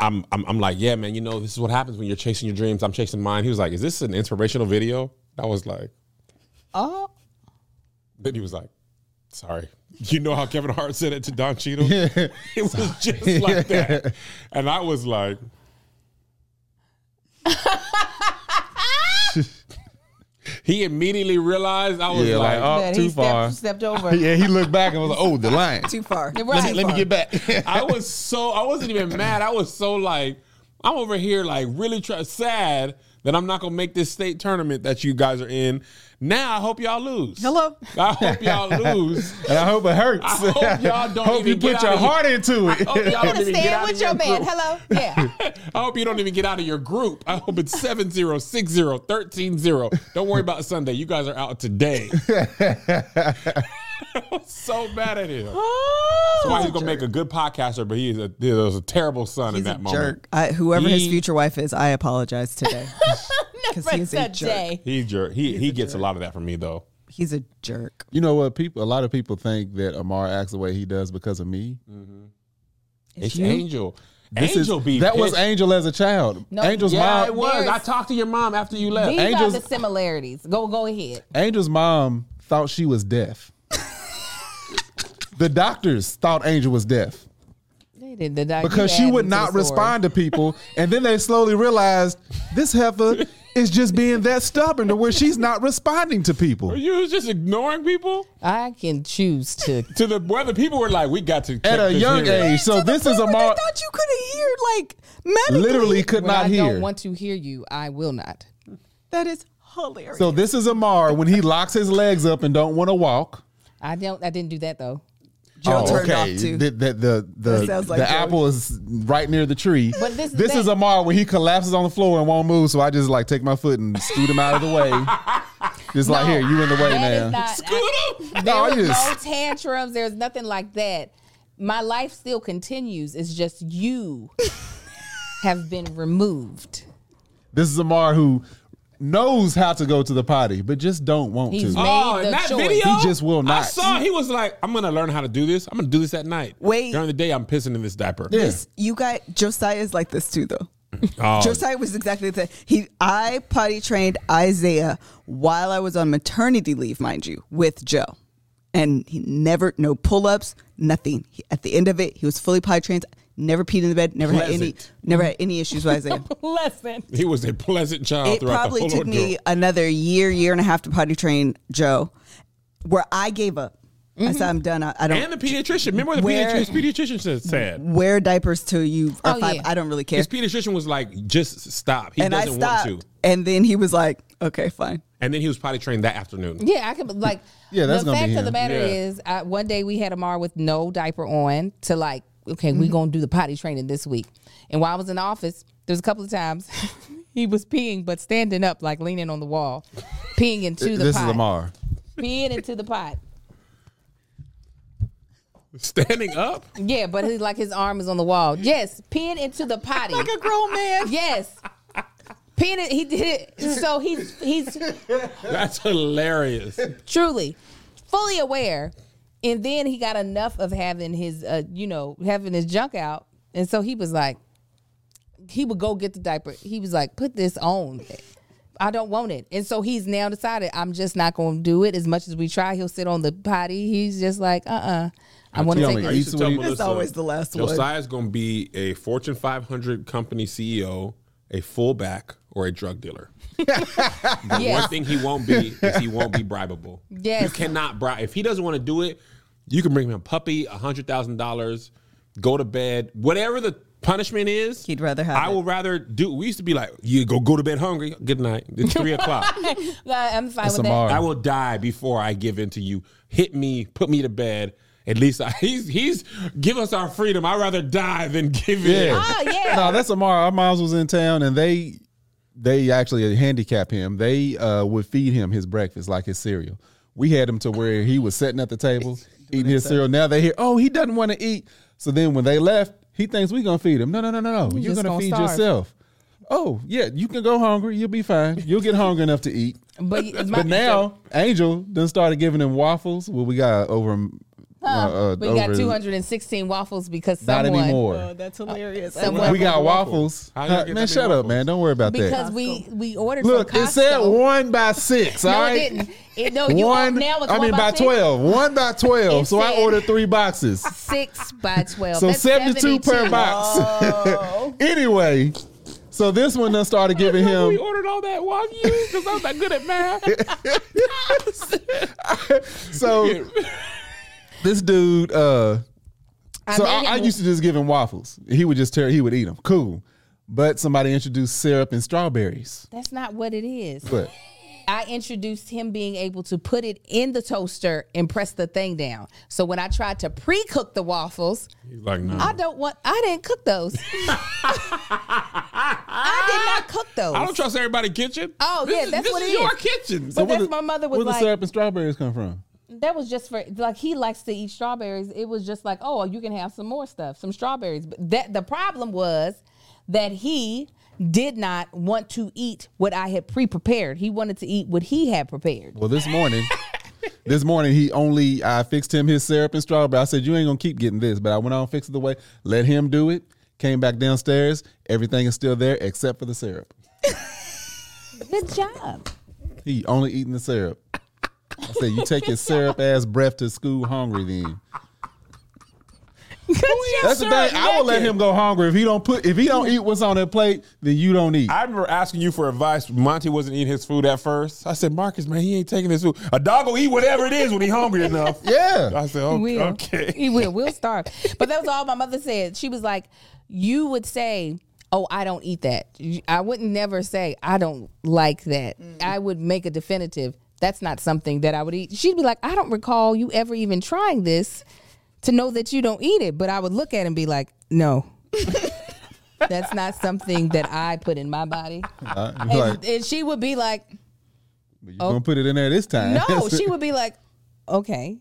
S2: I'm, I'm I'm like, yeah, man. You know, this is what happens when you're chasing your dreams. I'm chasing mine. He was like, is this an inspirational video? I was like,
S3: Oh,
S2: then he was like, sorry. You know how Kevin Hart said it to Don Cheadle? it was just like that. And I was like, he immediately realized I was
S4: Yeah,
S2: like,
S4: like, oh,
S3: that
S4: too
S3: he
S4: far.
S3: stepped, stepped over.
S4: Yeah, he looked back and was like, "Oh, the line.
S1: Too far.
S3: Right.
S4: Let me get back."
S2: I was so I wasn't even mad. I was so like I'm over here like really try, sad that I'm not gonna make this state tournament that you guys are in. Now I hope y'all lose.
S1: Hello?
S2: I hope y'all lose.
S4: and I hope it hurts.
S2: I hope y'all don't
S4: Hope you
S2: even get
S4: put
S2: out
S4: your
S2: of here.
S4: heart into
S2: I
S4: it.
S2: hope y'all don't even get
S3: Stand
S2: out
S3: with
S2: of
S3: your
S2: your
S3: man.
S2: group.
S3: Hello. Yeah.
S2: I hope you don't even get out of your group. I hope it's 7 0, 6 0, 13 0. Don't worry about Sunday. You guys are out today. I was so mad at him.
S3: Oh,
S2: That's why he's going to make a good podcaster, but he is a, he was a terrible son in
S1: He's
S2: that
S1: a
S2: moment.
S1: jerk. I, whoever his
S2: He-
S1: future wife is, I apologize today. Because
S3: Never
S1: he's a jerk.
S3: today.
S2: He jerk. He, he gets a lot of that from me, though.
S1: He's a jerk.
S4: You know what? People, a lot of people think that Amar acts the way he does because of me.
S2: It's
S1: you?
S2: Angel.
S4: This
S2: Mm-hmm. Angel
S4: is
S2: be
S4: that was
S2: pissed.
S4: Angel as a child.
S3: No,
S4: Angel's
S2: Yeah, it
S4: mom.
S2: was. I
S3: There's-
S2: talked to your mom after you left.
S3: These
S4: Angels-
S3: are the similarities. Go go ahead.
S4: Angel's mom thought she was deaf. the doctors thought Angel was deaf
S3: They did the doc-
S4: because
S3: you
S4: she
S3: add
S4: would
S3: me to the
S4: not
S3: story.
S4: respond to people, and then they slowly realized this heifer is just being that stubborn to where she's not responding to people.
S2: you was just ignoring people
S3: I can choose to.
S2: to the where the people were like, we got to check
S4: At a
S2: this
S4: young
S2: hearing.
S4: age, so
S1: To the
S4: this is
S1: point where
S4: Amar
S1: They thought you could hear like medically.
S4: literally could
S3: When
S4: not
S3: I
S4: hear.
S3: don't want to hear you, I will not.
S1: That is hilarious.
S4: So this is Amar when he locks his legs up and don't want to walk.
S3: I don't. I didn't do that though.
S1: Joe turned off too.
S4: Oh, The, the, the, the,
S1: That sounds like
S4: the
S1: Joey.
S4: apple is right near the tree.
S3: But this-
S4: this
S3: that-
S4: is Amar when he collapses on the floor and won't move. So I just like take my foot and scoot him out of the way. Just like here, you in the way
S3: That
S4: now.
S3: is not. I-
S4: No, I
S3: there was no
S4: just-
S3: tantrums. There's nothing like that. My life still continues. It's just you have been removed.
S4: This is Amar who knows how to go to the potty, but just don't want
S3: He's
S4: to.
S3: mad.
S2: Oh,
S3: made
S2: in
S3: the
S2: that
S3: choice.
S2: video,
S4: He just will
S2: I
S4: not.
S2: saw he was like, "I'm gonna learn how to do this. I'm gonna do this at night.
S1: Wait.
S2: during the day, I'm pissing in this diaper."
S4: Yeah.
S1: This- you got Josiah's like this too though.
S2: Oh,
S1: Josiah was exactly the same. He I potty trained Isaiah while I was on maternity leave, mind you, with Joe. And he never no pull ups, nothing. He- at the end of it, he was fully potty trained, never peed in the bed, never had any
S2: Pleasant.
S1: never had any issues with Isaiah.
S3: Lesson.
S2: he was a pleasant child.
S1: it
S2: throughout
S1: probably
S2: the whole
S1: took me another year, year and a half to potty train Joe, where I gave up. I
S2: Mm-hmm.
S1: said, I'm done. I, I don't
S2: And the pediatrician. Remember what the
S1: Where-
S2: pediatrician, pediatrician said, said.
S1: wear diapers till you are
S3: Oh,
S1: five.
S3: yeah.
S1: I don't really care.
S2: His pediatrician was like, just stop. He
S1: and I
S2: doesn't want
S1: stopped.
S2: to.
S1: And then he was like, okay, fine.
S2: And then he was potty trained that afternoon.
S3: Yeah, I could like.
S4: Yeah, that's
S3: the
S4: gonna
S3: fact
S4: be
S3: of
S4: him.
S3: the matter
S2: Yeah.
S3: is, I, one day we had Amar with no diaper on to like, okay,
S4: Mm-hmm.
S3: we gonna do the potty training this week. And while I was in the office, there was a couple of times he was peeing but standing up, like leaning on the wall, peeing into the
S4: this
S3: pot,
S4: is Amar.
S3: peeing into the pot.
S2: Standing up?
S3: Yeah, but he, like his arm is on the wall. Yes, peeing into the potty.
S1: Like a grown man.
S3: yes. Peeing, it- he did it. So he's he's
S2: That's hilarious.
S3: truly fully aware and then he got enough of having his uh, you know having his junk out and so he was like he would go get the diaper he was like put this on i don't want it and so he's now decided i'm just not going to do it as much as we try he'll sit on the potty he's just like uh-uh i want to
S4: you
S3: take
S4: only
S3: it
S4: eat-
S2: used to tell
S4: That's
S2: Melissa,
S1: always the last one.
S2: Josiah's going to be a Fortune 500 company CEO, a fullback, or a drug dealer. One
S3: yes.
S2: thing he won't be is he won't be bribable.
S3: Yes.
S2: You cannot bribe. If he doesn't want to do it, you can bring him a puppy, $100,000, go to bed, whatever the punishment is.
S1: He'd rather have
S2: I
S1: it.
S2: would rather do. We used to be like, you go go to bed hungry. Good night. It's three o'clock.
S3: Nah, i'm fine
S4: That's
S3: with
S4: Amar.
S2: I will die before I give in to you. Hit me, put me to bed. At least I, he's he's give us our freedom. I'd rather die than give in.
S4: Yeah.
S3: that oh yeah
S4: no, that's Amar. Our moms was in town, and they they actually handicap him. They uh, would feed him his breakfast, like his cereal. We had him to where he was sitting at the table eating his cereal. Now they hear, oh, he doesn't want to eat. So then when they left, he thinks we gonna feed him. No, no, no, no, no. You're
S3: just
S4: gonna,
S3: gonna
S4: feed
S3: starve.
S4: yourself. Oh yeah, you can go hungry. You'll be fine. You'll get hungry enough to eat.
S3: but, my,
S4: But now Angel then started giving him waffles. Well, we got over. Uh, uh,
S3: we
S4: over-
S3: got 216 waffles because
S4: Not
S3: someone
S4: anymore.
S1: Oh, that's hilarious.
S3: Someone-
S1: I love
S4: we got waffles.
S2: waffles. How you
S4: Huh,
S2: get
S4: man,
S2: that many
S4: shut up,
S2: waffles?
S4: man. Don't worry about that.
S3: because we we ordered
S4: Look,
S3: from
S4: it said
S3: Costco.
S4: one by six.
S3: No, it
S4: all right?
S3: didn't. It, no, you um,
S4: one.
S3: now it's
S4: I
S3: one
S4: mean, by,
S3: six?
S4: twelve. One by twelve.
S3: It
S4: so I
S3: said-
S4: ordered three boxes.
S3: Six by twelve.
S4: So
S3: That's Oh.
S4: seventy-two, per
S3: 72.
S4: box. anyway, so this one then started giving
S2: We
S4: him.
S2: ordered all that wagyu because I'm not good at math.
S4: So this dude. uh
S3: I
S4: So
S3: made
S4: I, I
S3: him-
S4: used to just give him waffles. He would just tear. He would eat them. Cool. But somebody introduced syrup and strawberries.
S3: That's not what it is.
S4: But
S3: I introduced him being able to put it in the toaster and press the thing down. So when I tried to pre-cook the waffles,
S2: He's like, no.
S3: I don't want. I didn't cook those. I did not cook those.
S2: I don't trust everybody's kitchen.
S3: Oh,
S2: This
S3: yeah,
S2: is-
S3: that's
S2: this
S3: what
S2: is
S3: it
S2: your
S3: is.
S2: kitchen.
S3: But
S4: where
S3: that's
S4: the-
S3: my mother
S4: where
S3: was
S4: the
S3: like,
S4: syrup and strawberries come from?
S3: that was just for like he likes to eat strawberries. It was just like, oh, you can have some more stuff, some strawberries. But that the problem was that he did not want to eat what I had pre-prepared. He wanted to eat what he had prepared.
S4: Well, this morning, this morning he only I fixed him his syrup and strawberry. I said you ain't gonna keep getting this, but I went on fixed it the way. Let him do it. Came back downstairs. Everything is still there except for the syrup.
S3: Good job.
S4: He only eating the syrup. I said you take your syrup ass breath to school hungry then.
S3: Good job.
S4: That's the thing. I will let him go hungry if he don't put if he don't eat what's on that plate. Then you don't eat.
S2: I remember asking you for advice. Monty wasn't eating his food at first. I said, Marcus, man, he ain't taking his food. A dog will eat whatever it is when he's hungry enough.
S4: Yeah.
S2: I said,
S3: He
S2: okay.
S3: will.
S2: okay.
S3: He will. We'll starve. But that was all my mother said. She was like, you would say, oh, I don't eat that. You- I wouldn't never say, I don't like that.
S2: Mm.
S3: I would make a definitive, that's not something that I would eat. She'd be like, I don't recall you ever even trying this to know that you don't eat it. But I would look at it and be like, no. That's not something that I put in my body.
S4: Uh,
S3: And,
S4: like,
S3: and she would be like,
S4: you gonna put it in there this time?
S3: no, she would be like, okay.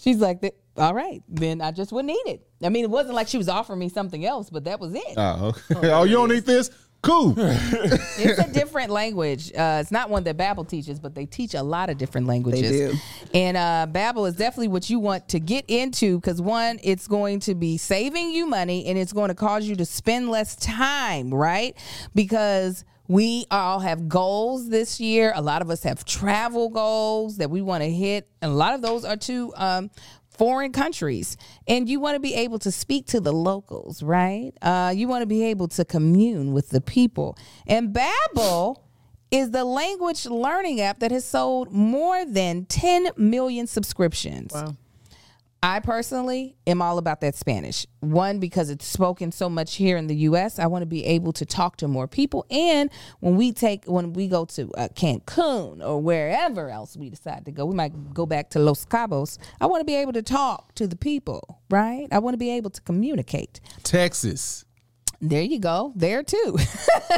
S3: She's like, "Th- all right, then I just wouldn't eat it. I mean, it wasn't like she was offering me something else, but that was it.
S4: Oh, okay. oh, you don't eat this? Cool.
S3: it's a different language. Uh, it's not one that Babel teaches, but they teach a lot of different languages.
S1: do.
S3: And uh, Babel is definitely what you want to get into because one, it's going to be saving you money and it's going to cause you to spend less time, right? Because we all have goals this year. A lot of us have travel goals that we want to hit, and a lot of those are to um, foreign countries and you want to be able to speak to the locals right uh, you want to be able to commune with the people and babbel is the language learning app that has sold more than 10 million subscriptions wow. I personally am all about that Spanish. One, because it's spoken so much here in the U.S., I want to be able to talk to more people. And when we take, when we go to uh, Cancun or wherever else we decide to go, we might go back to Los Cabos. I want to be able to talk to the people, right? I want to be able to communicate.
S4: Texas.
S3: There you go. There too.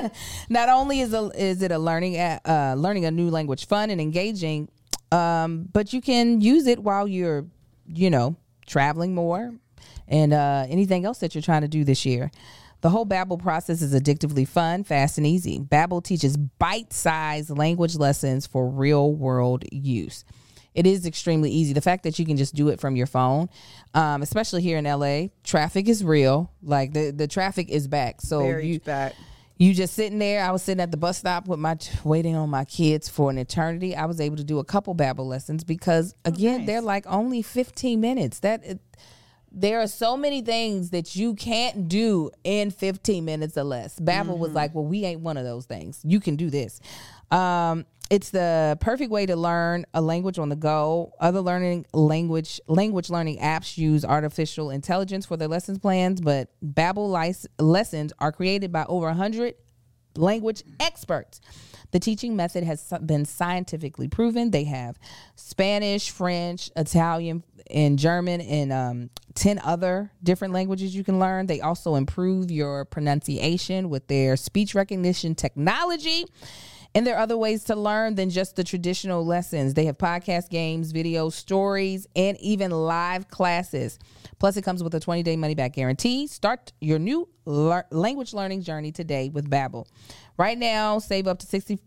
S3: Not only is a, is it a learning a- uh, learning a new language fun and engaging, um, but you can use it while you're you know traveling more and uh, anything else that you're trying to do this year. The whole Babbel process is addictively fun, fast, and easy. Babbel teaches bite-sized language lessons for real-world use it is extremely easy. The fact that you can just do it from your phone, um, especially here in LA, traffic is real. Like the, the traffic is back. So
S1: Very
S3: you
S1: back.
S3: you just sitting there. I was sitting at the bus stop with my waiting on my kids for an eternity. I was able to do a couple Babbel lessons because again, they're like only fifteen minutes. That it, there are so many things that you can't do in 15 minutes or less. Babbel was like, well, we ain't one of those things. You can do this. Um, it's the perfect way to learn a language on the go. Other learning language language learning apps use artificial intelligence for their lessons plans, but Babbel lice- lessons are created by over 100 language experts. The teaching method has been scientifically proven. They have Spanish, French, Italian, and German, and um, 10 other different languages you can learn. They also improve your pronunciation with their speech recognition technology. And there are other ways to learn than just the traditional lessons. They have podcast games, videos, stories, and even live classes. Plus, it comes with a 20 day money back guarantee. Start your new lear- language learning journey today with Babbel. Right now, save up to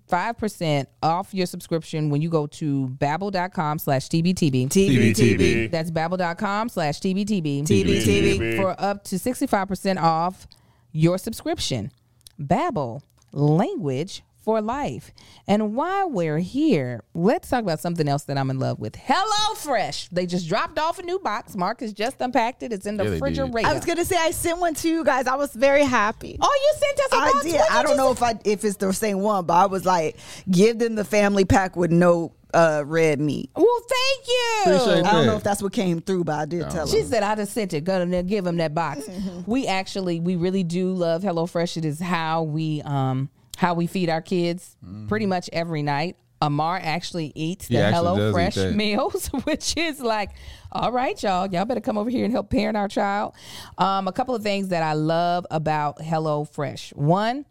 S3: 65% off your subscription when you go to babbel.com slash TBTB.
S1: TBTB.
S3: That's babbel.com slash TBTB
S1: TBTB.
S3: for up to 65% off your subscription. Babbel, language for life. And while we're here, let's talk about something else that I'm in love with. Hello Fresh. They just dropped off a new box. Marcus just unpacked it. It's in the
S4: Yeah, they did.
S3: refrigerator.
S1: I was gonna say I sent one to you guys. I was very happy.
S3: oh, you sent us a
S1: I
S3: box.
S1: did.
S3: What
S1: I
S3: you
S1: don't know
S3: send-
S1: if I if it's the same one, but I was like, give them the family pack with no uh, red meat.
S3: Well, thank you.
S4: Appreciate
S1: I don't know
S4: Yeah.
S1: if that's what came through, but I did tell
S3: She
S1: her.
S3: said, I just sent it. Go and give them that box. We actually, we really do love HelloFresh. It is how we, um, how we feed our kids pretty much every night. Amar actually eats the
S4: He actually does
S3: Hello
S4: eat
S3: Fresh
S4: that.
S3: meals, which is like, all right, y'all, y'all better come over here and help parent our child. Um, a couple of things that I love about Hello Fresh. One,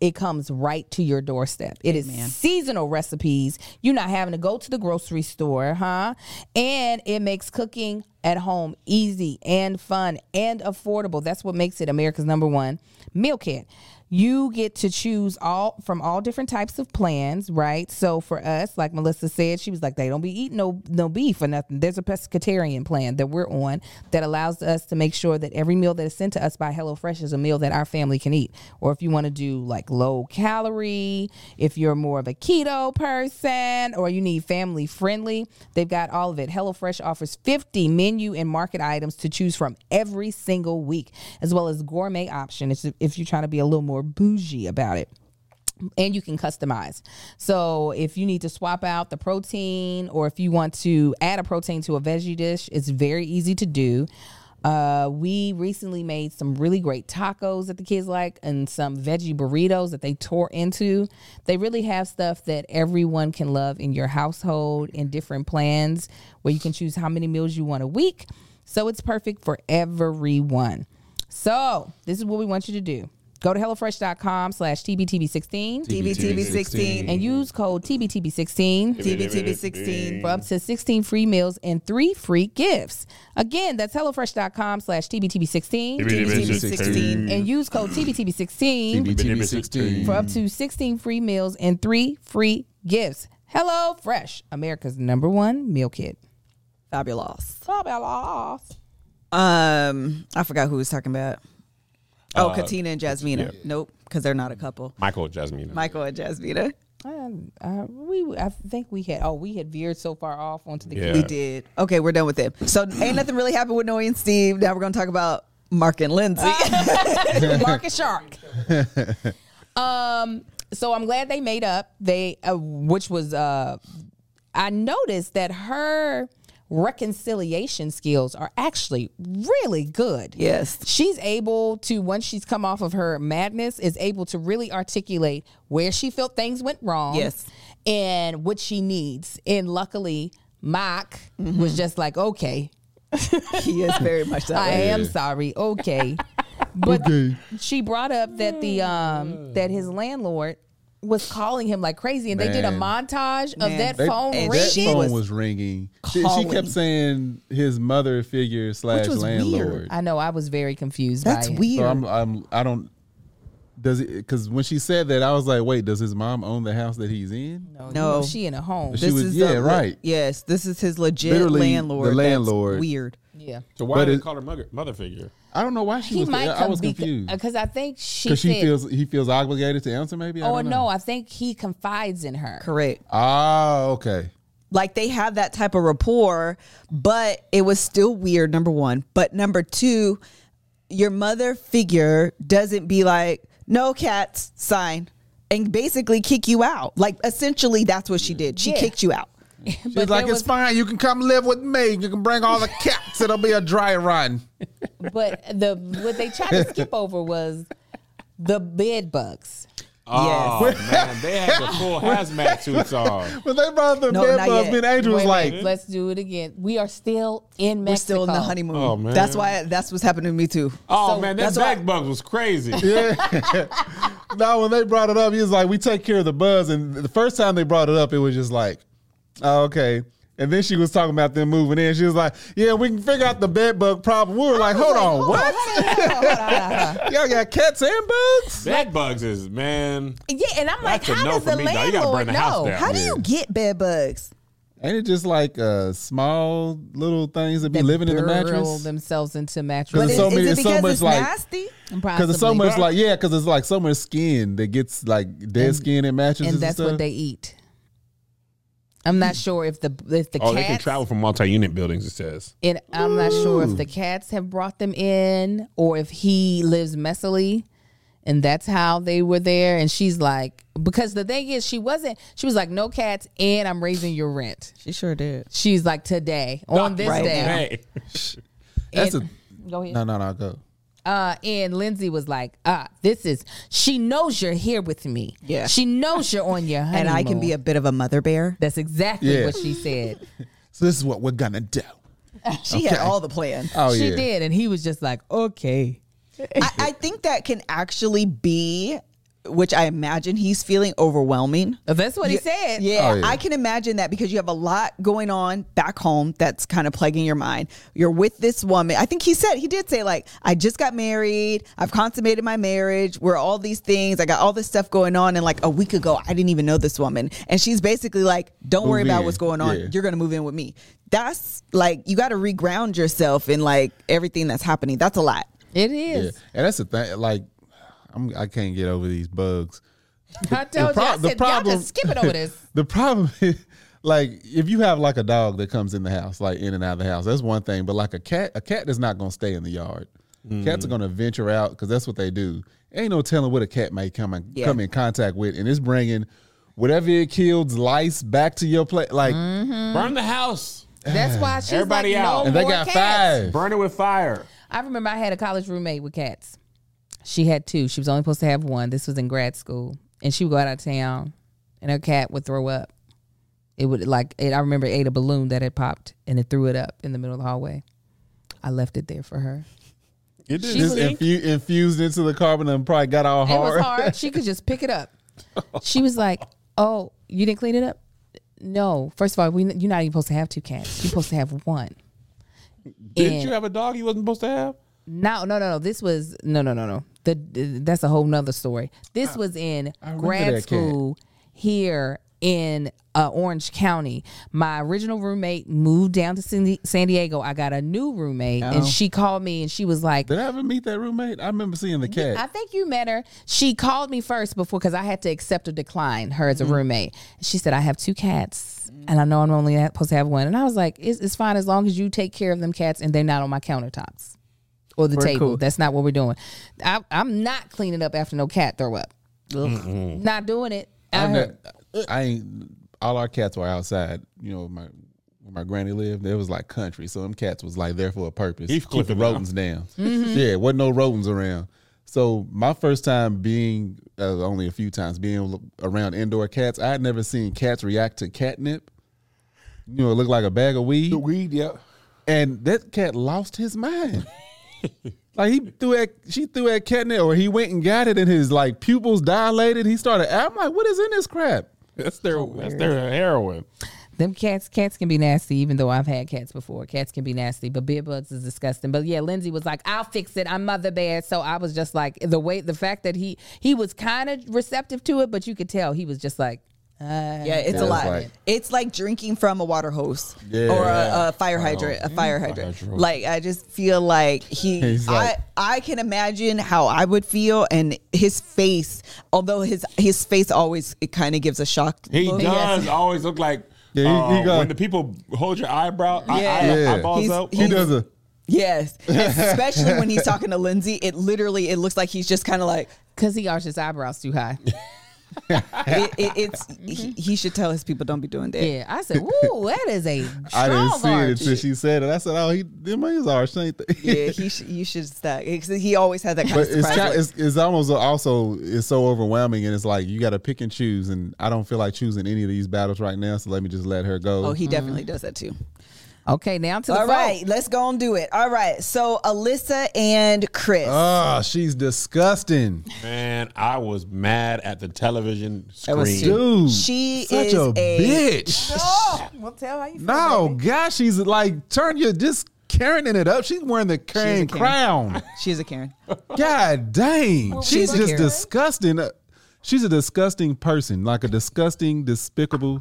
S3: it comes right to your doorstep. It is seasonal recipes. You're not having to go to the grocery store, huh? And it makes cooking at home easy and fun and affordable. That's what makes it America's number one meal kit. You get to choose all from all different types of plans, right? So for us, like Melissa said, she was like, they don't be eating no no beef or nothing. There's a pescatarian plan that we're on that allows us to make sure that every meal that is sent to us by HelloFresh is a meal that our family can eat. Or if you want to do like low calorie, if you're more of a keto person, or you need family friendly, they've got all of it. HelloFresh offers 50 menu and market items to choose from every single week, as well as gourmet options if you're trying to be a little more bougie about it and you can customize. So if you need to swap out the protein or if you want to add a protein to a veggie dish, it's very easy to do. Uh, we recently made some really great tacos that the kids like and some veggie burritos that they tore into. They really have stuff that everyone can love in your household in different plans where you can choose how many meals you want a week. So it's perfect for everyone. So this is what we want you to do. Go to HelloFresh.com slash TBTB16
S1: TBTB16.
S3: and use code TBTB16
S1: TBTB16.
S3: for up to 16 free meals and three free gifts. Again, that's HelloFresh.com slash TBTB16
S1: TBTB16.
S3: and use code TBTB16
S4: TBTB 16.
S3: for up to 16 free meals and three free gifts. Hello Fresh, America's number one meal kit.
S1: Fabulous.
S3: Fabulous.
S1: Um, I forgot who was talking about. Oh,
S2: Uh,
S1: Katina and Jasmina. Nope, because they're not a couple.
S2: Michael Jasmine.
S1: Michael and Jasmina.
S3: I, I, we, I think we had, oh, we had veered so far off onto the
S2: Yeah.
S1: We did. Okay, we're done with them. So ain't nothing really happened with Noe and Steve. Now we're gonna talk about Mark and Lindsay.
S3: Marcus Shark. um, so I'm glad they made up. They, uh, which was, uh, I noticed that her reconciliation skills are actually really good.
S1: Yes.
S3: She's able to, once she's come off of her madness, is able to really articulate where she felt things went wrong.
S1: Yes.
S3: And what she needs. And luckily, Mock
S1: Mm-hmm.
S3: was just like, okay,
S1: He is very much that
S3: I
S1: way.
S3: am sorry. Okay. but she brought up that the um that his landlord was calling him like crazy and they did a
S4: Man.
S3: montage of
S1: Man.
S3: that
S4: They-
S3: phone
S1: and
S3: ringing.
S4: that
S1: she
S4: phone
S1: was
S4: was, ringing. She, she
S1: calling.
S4: kept saying his mother figure slash
S1: was weird.
S4: landlord.
S3: I know I was very confused
S1: That's
S3: by it.
S1: weird.
S4: So I'm, I'm, I don't. Does it? Because when she said that, I was like, wait, does his mom own the house that he's in?
S3: No,
S1: No.
S3: you know, she in a home.
S4: She was- yeah,
S1: the-
S4: right.
S1: Yes, this is his legit
S4: Literally,
S1: landlord.
S4: the
S1: That's
S4: landlord.
S1: weird.
S3: yeah.
S2: So why
S4: But
S2: did they
S4: it-
S2: call her mother, mother figure?
S4: I don't know why she
S3: He
S4: was.
S3: might come
S4: I was confused
S3: because uh, I think she,
S4: because she
S3: said-
S4: feels he feels obligated to answer. Maybe. I
S3: Oh
S4: don't
S3: no,
S4: know.
S3: I think he confides in her.
S1: Correct.
S4: Ah, okay.
S1: Like they have that type of rapport, but it was still weird. Number one, but number two, your mother figure doesn't be like, "No cats, sign," and basically kick you out. Like essentially, that's what she did. She
S3: Yeah.
S1: kicked you out.
S4: She's
S3: But
S4: like,
S3: there
S4: it's fine. You can come live with me. You can bring all the cats. It'll be a dry run.
S3: But the what they tried to skip over was the bed bugs.
S2: Oh man, they had the full hazmat suits on.
S4: But they brought the
S1: No,
S4: bed
S1: not
S4: bugs.
S1: yet.
S4: and Angel was
S3: Wait,
S4: like,
S3: wait, let's do it again. We are still in Mexico.
S1: We're still in the honeymoon.
S2: Oh, man.
S1: That's why that's what's happening to me too.
S2: Oh
S3: So
S2: man, that
S1: that's why-
S2: bag bugs was crazy.
S4: no, when they brought it up, he was like, "We take care of the buzz." And the first time they brought it up, it was just like, oh, "Okay." And then she was talking about them moving in. She was like, "Yeah, we can figure out the bed bug problem." We were like, "Hold on, what? Y'all got cats and bugs?"
S2: Bed bugs is man.
S3: Yeah, and I'm like,
S2: That's a
S3: how
S2: no
S3: does
S2: for
S3: the
S2: me, dog. You gotta
S3: landlord
S2: burn the house
S3: know?
S2: down.
S1: How do you
S2: Yeah.
S1: get bed bugs?
S4: Ain't it just like uh, small little things that be living in the
S3: Burrow
S4: mattress?
S3: themselves into
S4: But
S1: But
S4: There's
S1: is,
S3: mattresses.
S4: so
S1: is
S4: many-
S1: it
S4: there's so
S1: because
S4: much,
S1: it's
S4: like-
S1: nasty?
S4: Because it's so much like yeah, because it's like so much skin that gets like dead skin in mattresses,
S3: and
S4: and,
S3: that's
S4: stuff. Hmm.
S3: what they eat. I'm not sure if the if the
S2: Oh, they can
S3: cats.
S2: travel from multi-unit buildings. It says.
S3: and I'm not sure if the cats have brought them in or if he lives messily, and that's how they were there. And she's like, because the thing is, she wasn't. She was like, no cats, and I'm raising your rent.
S1: She sure did.
S3: She's like today on this
S1: Right
S3: day.
S1: now.
S2: Hey,
S4: That's
S3: And-
S4: a-
S3: Go ahead.
S4: no, no, no, go.
S3: Uh, and Lindsay was like, "Ah, this is. She knows you're here with me.
S1: Yeah.
S3: she knows you're on your honeymoon.
S1: And I can be a bit of a mother bear.
S3: That's exactly
S4: Yeah.
S3: what she said.
S4: So this is what we're gonna do.
S1: She had all the plans.
S4: Oh
S3: she
S4: yeah,
S3: did, and he was just like, "Okay,
S1: I, I think that can actually be, which I imagine he's feeling overwhelming.
S3: Oh, that's what he
S1: Yeah,
S3: said."
S1: Yeah,
S4: Oh, yeah.
S1: I can imagine that because you have a lot going on back home that's kind of plaguing your mind. You're with this woman. I think he said, he did say, like, I just got married. I've consummated my marriage. We're all these things. I got all this stuff going on. And like a week ago, I didn't even know this woman. And she's basically like, don't worry
S4: Move
S1: about
S4: in.
S1: what's going on.
S4: Yeah.
S1: You're going to move in with me. That's like, you got to reground yourself in like everything that's happening. That's a lot.
S3: it
S4: Yeah,
S3: is.
S4: and that's the thing. Like, I'm I can't get over these bugs.
S3: I told
S4: pro-
S3: you. I said,
S4: the
S3: "Y'all
S4: problem-
S3: just skip it over this."
S4: The problem is, like, if you have like a dog that comes in the house, like in and out of the house, that's one thing. But like a cat, a cat is not gonna stay in the yard. Cats are gonna venture out because that's what they do. Ain't no telling what a cat may come and
S1: Yeah.
S4: come in contact with, and it's bringing whatever it killed, lice back to your place. Like,
S1: Mm.
S2: burn the house.
S3: That's why she's
S2: Everybody
S3: like,
S2: out.
S3: "No
S4: and they
S3: more
S4: got
S3: cats."
S4: five.
S2: Burn it with fire.
S3: I remember I had a college roommate with cats. She had two. She was only supposed to have one. This was in grad school, and she would go out of town, and her cat would throw up. It would like it, I remember it ate a balloon that had popped, and it threw it up in the middle of the hallway. I left it there for her.
S2: It
S3: She
S4: Just infu- infused into the carbon and probably got all
S3: It
S4: hard.
S3: was hard. She could just pick it up. She was like, "Oh, you didn't clean it up? No. First of all, we, you're not even supposed to have two cats. You're supposed to have one."
S2: Didn't
S3: And-
S2: you have a dog you wasn't supposed to have?
S3: No, no, no, no. This was no, no, no, no. The, that's a whole nother story. This was in
S4: remember
S3: grad
S4: that cat.
S3: school here in uh, Orange County. My original roommate moved down to San Di- San Diego. I got a new roommate,
S4: Oh.
S3: and she called me and she was like,
S4: Did I ever meet that roommate? I remember seeing the cat.
S3: I think you met her. She called me first before because I had to accept or decline her as a roommate. She said, I have two cats and I know I'm only supposed to have one. And I was like, it's, it's fine as long as you take care of them cats and they're not on my countertops or the table. That's not what we're doing. I, I'm not cleaning up after no cat throw up. Not doing it. I
S4: I,
S3: heard-
S4: ne- I ain't. All our cats were outside. You know, my where my granny lived, there was like country. So them cats was like there for a purpose.
S2: He's
S4: keep the
S2: clipping
S4: rodents down. Yeah, wasn't no rodents around. So my first time being, uh, only a few times being around indoor cats, I had never seen cats react to catnip. You know, it looked like a bag of weed.
S5: weed, yeah.
S4: And that cat lost his mind. like he threw at she threw at catnip or he went and got it and his like pupils dilated. He started I'm like, what is in this crap?
S2: That's their
S1: Oh,
S2: that's their heroin.
S3: Them cats, cats can be nasty. Even though I've had cats before, cats can be nasty. But beer bugs is disgusting. But yeah, Lindsay was like, "I'll fix it. I'm mother bear." So I was just like, the way, the fact that he he was kind of receptive to it, but you could tell he was just like,
S1: Yeah, it's a
S4: it's
S1: lot.
S4: like-
S1: it's like drinking from a water hose
S4: Yeah.
S1: or a, a fire hydrant. A fire hydrant.
S2: hydrant.
S1: Like I just feel like he.
S4: He's like-
S1: I I can imagine how I would feel, and his face. Although his his face always it kind of gives a shock.
S2: He
S1: look.
S2: does always look like
S4: Yeah, he- he
S2: uh,
S4: got-
S2: when the people hold your eyebrow, eye-
S1: Yeah.
S2: eye-
S4: Yeah.
S2: eyeballs
S1: He's-
S2: out.
S1: he
S4: He does a
S1: Yes, especially when he's talking to Lindsay. It literally it looks like he's just kind of like
S3: "Cause he arched his eyebrows too high."
S1: it, it, it's. He, he should tell his people don't be doing that.
S3: yeah, I said, "Ooh, that is a strong
S4: I didn't see it
S3: arch."
S4: until she said it. I said, "Oh, he, them is arch, ain't they?"
S1: Yeah, he should. You should stop. 'Cause He always has that kind
S4: But
S1: of
S4: it's,
S1: surprise.
S4: kind,
S1: look.
S4: it's it's almost also it's so overwhelming, and it's like you got to pick and choose. And I don't feel like choosing any of these battles right now, so let me just let her go.
S1: oh, he definitely does that too.
S3: Okay, now to the
S1: All
S3: vote.
S1: right, let's go and do it. All right, so Alyssa and Chris.
S4: Ah, she's disgusting,
S2: Man, I was mad at the television
S1: That was
S2: screen.
S1: too-
S4: dude.
S1: She
S4: such
S1: is
S4: a,
S1: a-
S4: bitch.
S3: Oh, well, tell how you feel.
S4: No,
S3: baby.
S4: gosh, she's like turn your just Karening it up. She's wearing the Karen
S1: Karen.
S4: crown.
S1: She's a Karen.
S4: God dang, she's
S1: she's a
S4: just
S1: Karen.
S4: disgusting. Uh, She's a disgusting person, like a disgusting, despicable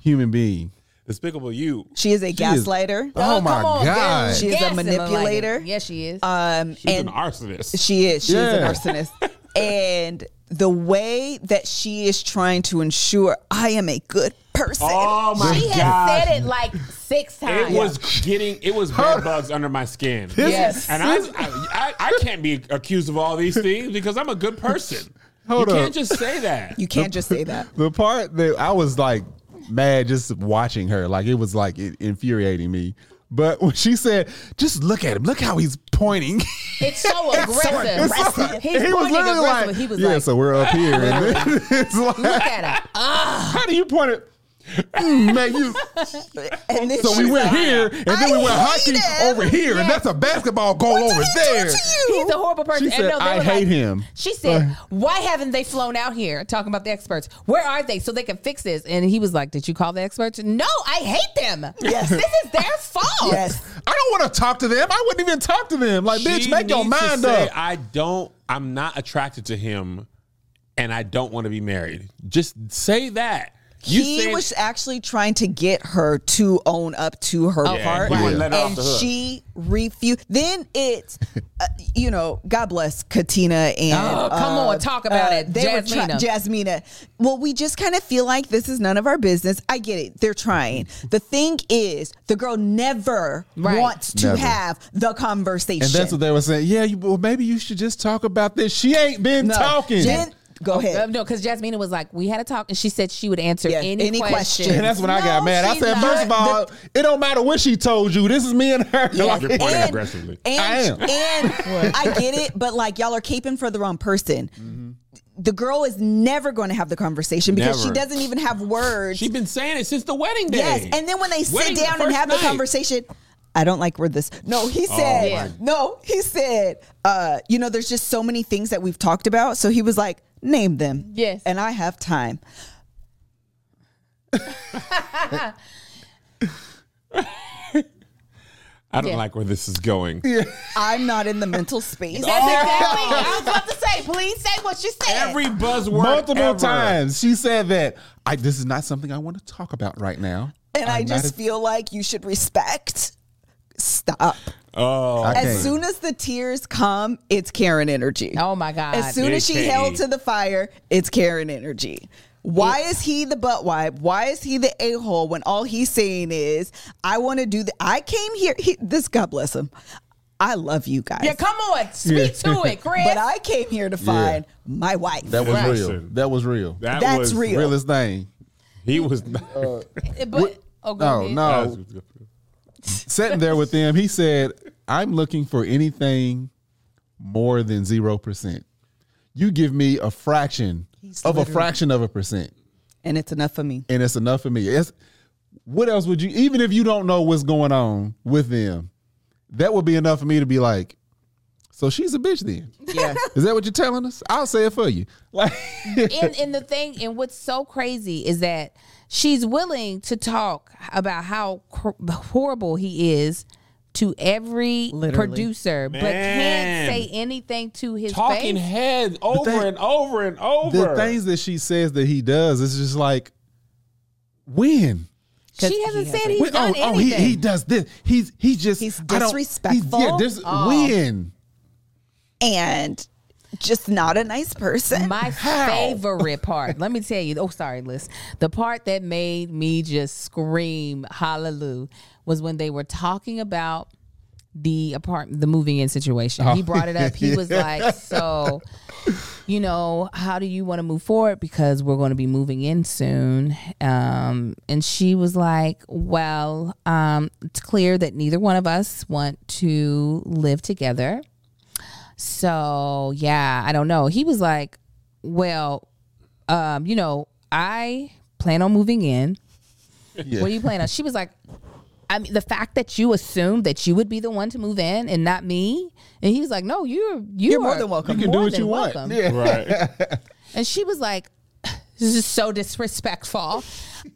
S4: human being.
S2: Despicable You.
S1: She is a
S4: She is-
S1: gaslighter.
S4: Oh, my
S3: come on,
S4: god.
S3: gas-
S1: She's a
S3: gas him, Malika.
S1: manipulator.
S3: Yes, she is.
S1: Um,
S2: She's
S1: and
S2: an arsonist.
S1: she is. She's an
S4: Yeah.
S1: arsonist. and the way that she is trying to ensure I am a good person.
S2: oh my
S3: she has
S2: god!
S3: said it like six times.
S2: It was getting it was bed bugs under my skin.
S1: Yes.
S2: And I, I I can't be accused of all these things because I'm a good person.
S4: Hold
S2: you
S4: up.
S2: can't just say that.
S1: You can't just say that.
S4: The part that I was like mad just watching her, like it was like it infuriating me. But when she said, "Just look at him. Look how he's pointing,"
S3: It's so aggressive.
S1: aggressive.
S3: He's he was aggressive. he was
S4: "Yeah."
S3: like,
S4: so we're up here, and then it's like,
S3: look at her.
S4: how do you point it? Mm, man, you.
S1: And then
S4: So we
S1: she's
S4: went
S1: like,
S4: here, and then
S1: I
S4: we went
S1: hate
S4: hockey
S1: him.
S4: over here, and that's a basketball goal
S1: What
S4: over
S1: did he do
S4: there.
S1: to you?
S3: He's a horrible person. and
S4: She said,
S3: no, they
S4: "I
S3: were
S4: hate
S3: like-
S4: him."
S3: She said, "Why haven't they flown out here?" Talking about the experts. Where are they so they can fix this? And he was like, "Did you call the experts?" No, I hate them.
S1: Yes.
S3: this is their fault.
S1: Yes.
S4: I don't want to talk to them. I wouldn't even talk to them. Like, bitch,
S2: She
S4: make your
S2: needs to
S4: mind
S2: say,
S4: up.
S2: I don't. I'm not attracted to him, and I don't want to be married. Just say that. You
S1: he
S2: said-
S1: was actually trying to get her to own up to her
S3: Yeah,
S1: part,
S2: he wouldn't let her off
S1: and
S2: the hook.
S1: she refused. Then it's, uh, you know, God bless Katina and
S3: Oh, come
S1: uh,
S3: on, talk about
S1: uh,
S3: it,
S1: They were
S3: Jasmina.
S1: try- Jasmina. Well, we just kind of feel like this is none of our business. I get it; they're trying. The thing is, the girl never
S3: Right.
S1: wants to
S4: Never.
S1: have the conversation.
S4: And that's what they were saying. Yeah, you, well, maybe you should just talk about this. She ain't been
S1: No.
S4: talking.
S1: Jen- go ahead.
S3: Uh, No, because Jasmina was like, we had a talk, and she said she would answer
S1: Yes,
S3: any,
S1: any
S3: question.
S1: question.
S4: and that's when I got
S3: No,
S4: mad. I
S3: she's
S4: said,
S3: not.
S4: first of all, it don't matter what she told you. This is me and her.
S1: Yeah.
S4: Like,
S2: You're pointing
S1: And-
S2: aggressively.
S1: And,
S4: I am.
S1: And I get it, but like y'all are caping for the wrong person. The girl is never going to have the conversation because she
S2: Never.
S1: doesn't even have words.
S2: She's been saying it since the wedding day.
S1: yes, and then when they
S2: Wedding
S1: sit down and
S2: first
S1: have
S2: night.
S1: the conversation. I don't like where this. No, he said.
S3: my-
S1: No, he said. Uh, you know, there's just so many things that we've talked about. So he was like, "Name them."
S3: Yes.
S1: and I have time.
S2: I don't
S3: Yeah.
S2: like where this is going.
S1: I'm not in the mental space.
S3: That's exactly what I was about to say. Please say what you said.
S2: Every buzzword,
S4: multiple
S2: ever.
S4: times she said that. I, this is not something I want to talk about right now.
S1: and I
S4: I'm not
S1: just
S4: a-
S1: feel like you should respect. Stop.
S2: Oh,
S4: I
S1: As
S4: can't.
S1: soon as the tears come, it's Karen energy.
S3: oh my God.
S1: As soon as she
S2: AKA.
S1: held to the fire, it's Karen energy. Why is he the butt wipe? Why is he the a hole when all he's saying is, "I want to do the. I came here. He, this God bless him. I love you guys,
S3: yeah, come on. Speak to it, Chris.
S1: but I came here to find my wife.
S4: that was
S2: Right.
S4: real. That was real.
S2: that
S1: That's
S2: was
S1: real.
S4: Realest thing.
S2: He was.
S3: But Oh, go
S4: No,
S3: ahead.
S4: no. Sitting there with them, he said, I'm looking for anything more than 0%. You give me a fraction
S1: He's
S4: of a
S1: literally-
S4: fraction of a percent,
S1: and it's enough for me.
S4: and it's enough for me. It's, what else would you, even if you don't know what's going on with them, that would be enough for me to be like, so she's a bitch then.
S1: Yeah.
S4: Is that what you're telling us? I'll say it for you. Like,
S3: and and the thing and what's so crazy is that she's willing to talk about how cr- horrible he is to every
S1: Literally.
S3: producer but
S2: Man.
S3: can't say anything to his
S2: Talking
S3: face
S2: heads over
S4: thing-
S2: and over and over.
S4: the things that she says that he does, it's just like, when?
S3: she hasn't
S1: he
S3: said
S1: hasn't-
S3: he's
S4: When-
S3: done
S4: oh, oh, he,
S3: anything
S4: he does this. He's he just
S1: He's
S4: I don't-
S1: disrespectful.
S4: yeah, dis-
S3: Oh.
S4: when
S1: and just not a nice person.
S3: my favorite part let me tell you oh sorry liz the part that made me just scream hallelujah was when they were talking about the apartment the moving in situation he brought it up he was like so you know how do you want to move forward because we're going to be moving in soon um, and she was like well um, it's clear that neither one of us want to live together so yeah, I don't know. He was like, well, um, you know, I plan on moving in. What do you plan on? She was like, I mean, the fact that you assumed that you would be the one to move in and not me, and he was like, no, you're you
S1: You're more
S3: are-
S1: than welcome.
S4: you can
S3: more
S4: do what
S3: than
S4: you want.
S3: welcome.
S4: Yeah.
S2: Right.
S3: And she was like, this is so disrespectful.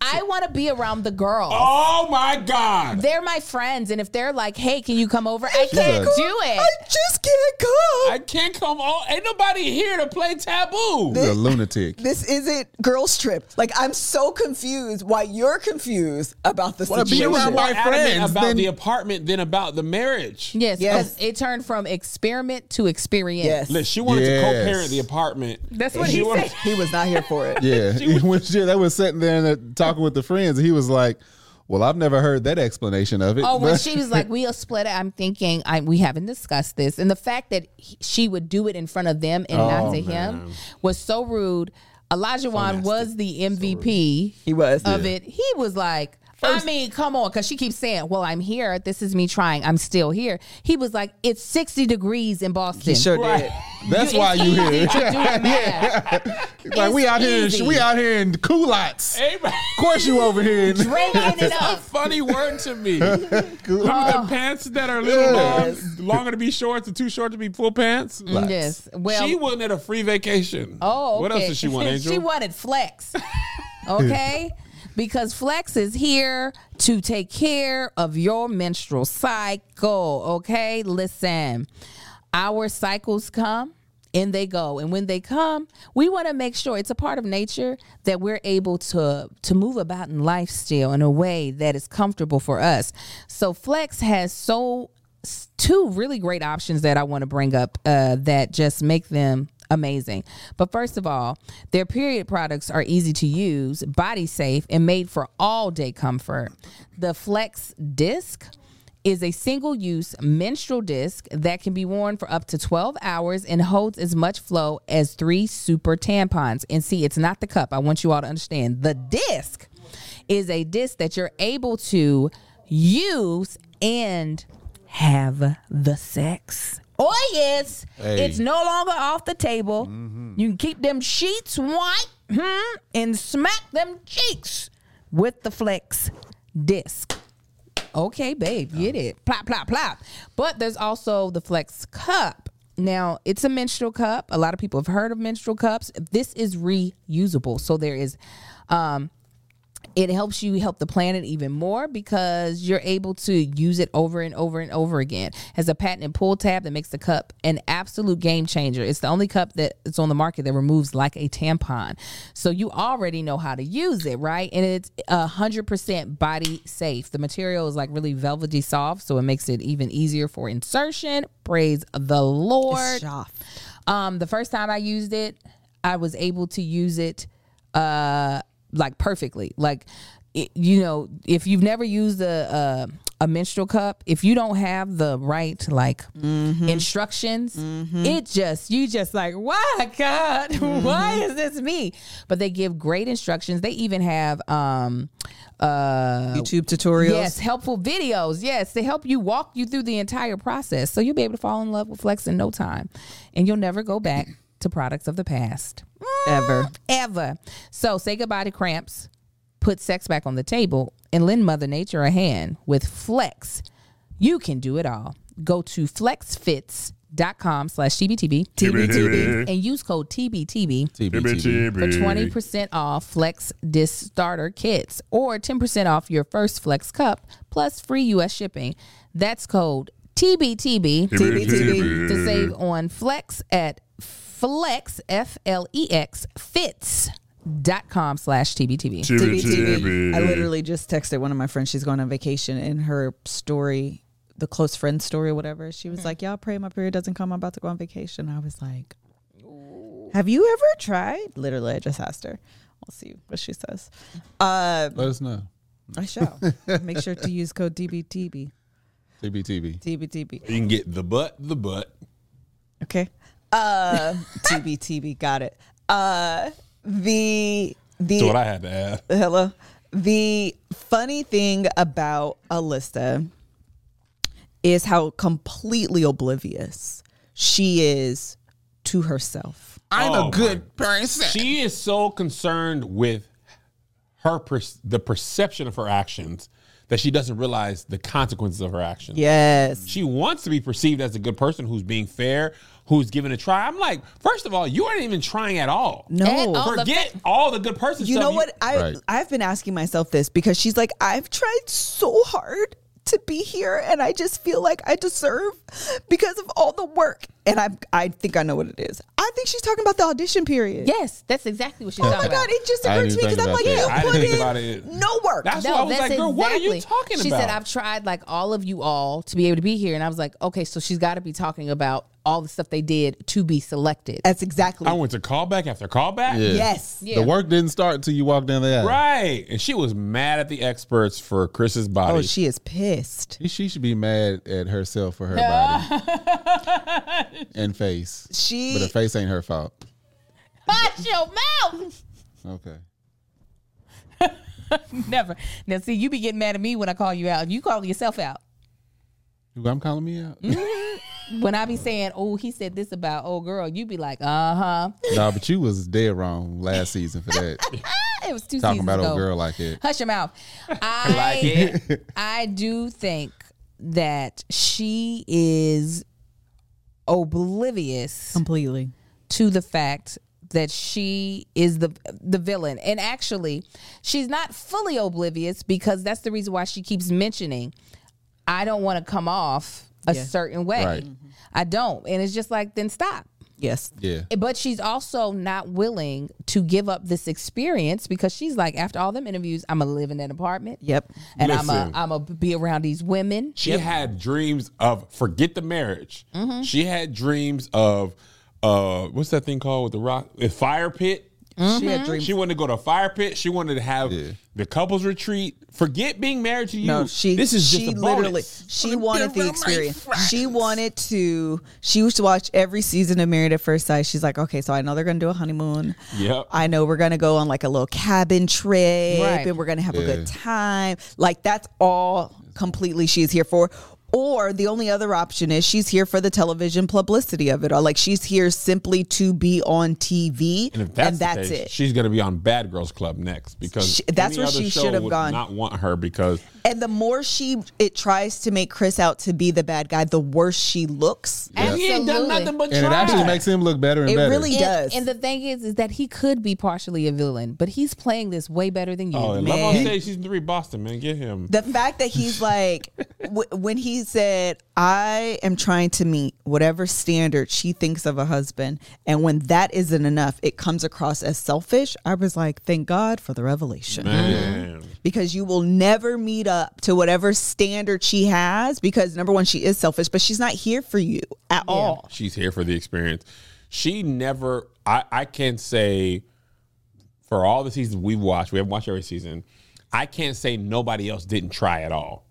S3: I want to be around the girls.
S2: Oh my God.
S3: They're my friends, and if they're like, "Hey, can you come over?" I
S4: She's
S3: can't
S4: like,
S3: do it.
S1: just can't come.
S2: I can't come on. Ain't nobody here to play taboo.
S4: You're a lunatic.
S1: this isn't girls trip. Like I'm so confused why you're confused about the
S4: Well, be
S1: situation.
S4: around
S2: More
S4: my
S2: adamant
S4: friends
S2: about
S4: than-
S2: the apartment than about the marriage.
S3: Yes,
S1: Yes.
S3: because it turned from experiment to experience.
S1: yes.
S2: Look, she wanted
S4: Yes.
S2: to co-parent the apartment.
S3: That's what
S2: She
S3: he
S2: wanted-
S3: said.
S1: He was not here for it.
S4: Yeah, when she, they was sitting there and they're talking with the friends, and he was like, "Well, I've never heard that explanation of it."
S3: Oh, when
S4: But-
S3: she was like, "We'll split it," I'm thinking I, we haven't discussed this, and the fact that he- she would do it in front of them and
S4: Oh,
S3: not to him was so rude. Elijah Wan was the MVP
S1: He was.
S3: of it. He was like, I mean, come on, because she keeps saying, "Well, I'm here. This is me trying. I'm still here." He was like, "It's 60 degrees in Boston."
S1: He sure did.
S4: that's why you here.
S3: Do the math.
S4: like we
S3: It's
S4: out here,
S3: easy.
S4: we out here in culottes. Of
S2: Hey, man,
S4: course, you over here. In,
S3: Breaking it
S2: a
S3: up.
S2: funny word to me. Remember
S3: Ah.
S2: the pants that are a little
S1: Yes.
S2: long, longer to be shorts and too short to be full pants?
S3: Mm, Yes. Well,
S2: she wanted a free vacation.
S3: Oh,
S2: what else
S3: okay.
S2: did she want, Angel?
S3: she wanted flex. Okay. Because Flex is here to take care of your menstrual cycle. Okay. Listen, our cycles come and they go. And when they come, we want to make sure it's a part of nature that we're able to, to move about in life still in a way that is comfortable for us. So Flex has so s- two really great options that I want to bring up uh, that just make them amazing. But first of all, their period products are easy to use, body safe, and made for all day comfort. The Flex Disc is a single use menstrual disc that can be worn for up to 12 hours and holds as much flow as three super tampons. And see, it's not the cup. I want you all to understand. The disc is a disc that you're able to use and have the sex. Oh yes,
S4: Hey.
S3: it's no longer off the table. You can keep them sheets white hmm, and smack them cheeks with the flex disc. Okay, babe, get it. Plop, plop, plop. But there's also the Flex Cup. Now, it's a menstrual cup. A lot of people have heard of menstrual cups. This is reusable. So there is, um, it helps you help the planet even more because you're able to use it over and over and over again. Has a patented pull tab that makes the cup an absolute game changer. It's the only cup that it's on the market that removes like a tampon. So you already know how to use it, right? And it's a hundred percent body safe. The material is like really velvety soft, so it makes it even easier for insertion. Praise the Lord. Um, the first time I used it, I was able to use it uh like perfectly. Like it, you know, if you've never used a, a menstrual cup, if you don't have the right like instructions, it just you just like, why God, why is this me? But they give great instructions. They even have um uh
S6: YouTube tutorials.
S3: Yes, helpful videos. Yes, they help you walk you through the entire process. So you'll be able to fall in love with Flex in no time. And you'll never go back to products of the past.
S6: Mm, Ever.
S3: Ever. So say goodbye to cramps, put sex back on the table, and lend Mother Nature a hand with Flex. You can do it all. Go to flexfits.com slash TBTB
S6: TBTB.
S3: and use code TBTB
S4: TBTB.
S3: for 20% off Flex Disc Starter Kits or 10% off your first Flex Cup plus free U.S. shipping. That's code TBTB
S6: TBTB.
S3: to save on Flex at Flex, F L E X, fits.com slash TBTB.
S6: TBTB. I literally just texted one of my friends. She's going on vacation, and her story, the close friend story, or whatever. She was like, "Y'all pray my period doesn't come. I'm about to go on vacation." I was like, "Have you ever tried?" Literally, I just asked her. We'll see what she says. Uh,
S4: Let us know.
S6: I shall make sure to use code DBTB
S4: TBTB.
S6: DBTB.
S2: You can get the butt, the butt.
S6: Okay. Uh, TBTB. Got it. Uh, the the
S2: That's what I had to add.
S6: Hello. The funny thing about Alista is how completely oblivious she is to herself.
S4: I'm
S2: Oh,
S4: a good person.
S2: She is so concerned with her per- the perception of her actions that she doesn't realize the consequences of her actions.
S6: Yes.
S2: She wants to be perceived as a good person who's being fair, who's given a try. I'm like, first of all, you aren't even trying at all.
S6: No.
S3: And all- the
S2: Oh, Forget all the good person
S6: you
S2: stuff.
S6: know what? I
S4: Right.
S6: I've been asking myself this because she's like, I've tried so hard to be here and I just feel like I deserve because of all the work. And I I think I know what it is. I think she's talking about the audition period.
S3: Yes, that's exactly what she's
S6: Oh my
S3: talking about.
S6: god, it just
S4: I
S6: occurred
S4: didn't
S6: to me because
S4: think about
S6: I'm like,
S4: that.
S6: you
S2: I didn't
S6: put
S2: think
S6: in
S2: about it.
S6: no work.
S2: That's why I was
S3: that's
S2: like, girl, what are you
S3: exactly-
S2: talking
S3: she
S2: about?
S3: said, I've tried like all of you all to be able to be here. And I was like, okay, so she's got to be talking about all the stuff they did to be selected.
S6: That's exactly
S2: I went to callback after callback.
S4: Yeah.
S6: Yes.
S3: Yeah.
S4: The work didn't start until you walked down the aisle.
S2: Right. And she was mad at the experts for Chris's body.
S6: Oh, she is pissed.
S4: She- She should be mad at herself for her body and face.
S6: She-
S4: but her face ain't her fault.
S3: Watch your mouth.
S4: Okay.
S3: Never. Now, see, you be getting mad at me when I call you out. You call yourself out.
S4: Who I'm calling me out?
S3: When I be saying, oh, he said this about old girl, you be like, uh huh.
S4: nah, but you was dead wrong last season for that.
S3: Ah, It was two
S4: Talking
S3: seasons
S4: about
S3: ago.
S4: old girl like it.
S3: Hush your mouth.
S2: like
S3: I,
S2: it.
S3: I do think that she is oblivious
S6: Completely.
S3: to the fact that she is the the villain and actually she's not fully oblivious because that's the reason why she keeps mentioning I don't want to come off a
S6: Yeah.
S3: certain way.
S4: Right.
S3: I don't. And it's just like then stop.
S6: Yes.
S4: Yeah.
S3: But she's also not willing to give up this experience because she's like after all them interviews I'm going to live in that apartment.
S6: Yep.
S3: And I'm a,
S2: Listen.
S3: I'm going to be around these women.
S2: She had dreams of forget the marriage.
S6: Mm-hmm.
S2: She had dreams of uh what's that thing called with the rock? A fire pit.
S6: She had dreams.
S2: She wanted to go to a fire pit. She wanted to have
S4: Yeah.
S2: the couples retreat. Forget being married to you.
S6: no, she.
S2: this is just
S6: she
S2: a
S6: literally.
S2: bonus.
S6: She wanted the experience. She wanted to. She used to watch every season of Married at First Sight. She's like, okay, so I know they're gonna do a honeymoon.
S2: Yep.
S6: I know we're gonna go on like a little cabin trip,
S3: Right.
S6: and we're gonna have a
S4: Yeah.
S6: good time. Like that's all completely she's here for. Or the only other option is she's here for the television publicity of it, or like she's here simply to be on TV,
S2: And if that's,
S6: and that's
S2: the case,
S6: it.
S2: She's going to be on Bad Girls Club next because
S6: She- that's
S2: any
S6: where
S2: other
S6: she
S2: show
S6: should have
S2: would
S6: gone.
S2: Not want her because
S6: And the more she it tries to make Chris out to be the bad guy, the worse she looks.
S2: he ain't done nothing but
S4: And it
S2: try.
S4: actually makes him look better and
S6: It
S4: better.
S6: really-
S3: and,
S6: does.
S3: and the thing is, is that he could be partially a villain, but he's playing this way better than you.
S2: Oh, and Love on
S6: Man.
S2: Stage season three, Boston man, get him.
S6: The fact that he's like, w- when he said, "I am trying to meet whatever standard she thinks of a husband," and when that isn't enough, it comes across as selfish. I was like, "Thank God for the revelation."
S2: Man.
S6: because you will never meet up to whatever standard she has because number one she is selfish but she's not here for you at all
S2: She's here for the experience. She never. I I can say for all the seasons we've watched, we haven't watched every season. I can't say nobody else didn't try at all.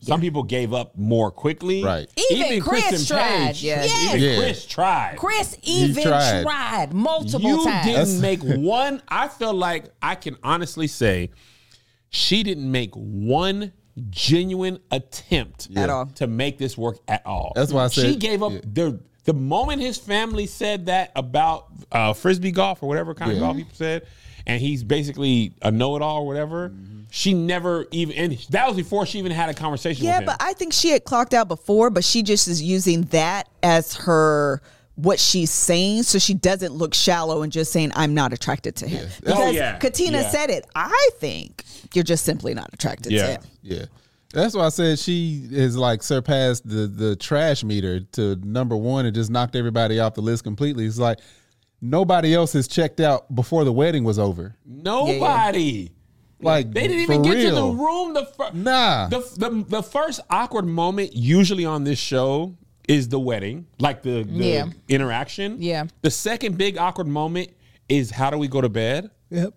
S2: Some people gave up more quickly.
S4: Right.
S3: Even Chris tried.
S1: Yes.
S2: Even
S4: Yeah.
S2: Chris tried.
S3: Chris even
S4: tried.
S3: tried. multiple
S2: you
S3: times.
S2: didn't make one. I feel like I can honestly say she didn't make one genuine attempt
S1: At all.
S2: to make this work at all.
S4: That's why I
S2: she
S4: said-
S2: gave up
S4: yeah.
S2: the the moment his family said that about uh, frisbee golf or whatever kind of
S4: Yeah.
S2: golf people said. And he's basically a know-it-all or whatever.
S4: Mm-hmm.
S2: She never even, and that was before she even had a conversation
S1: Yeah,
S2: with him.
S1: but I think she had clocked out before, but she just is using that as her what she's saying so she doesn't look shallow and just saying I'm not attracted to him.
S2: Oh,
S1: Because
S2: yeah.
S1: Katina
S2: Yeah.
S1: said it. I think you're just simply not attracted to
S2: Yeah.
S1: him.
S4: Yeah. That's why I said she is like surpassed the the trash meter to number one and just knocked everybody off the list completely. It's like nobody else has checked out before the wedding was over.
S2: Nobody.
S4: Like
S2: They didn't even
S4: for
S2: get to the
S4: real.
S2: room. The fir-
S4: Nah.
S2: The, the the first awkward moment usually on this show is the wedding, like the, the
S3: Yeah.
S2: interaction.
S3: Yeah.
S2: The second big awkward moment is how do we go to bed? Mm-hmm.
S3: Yep.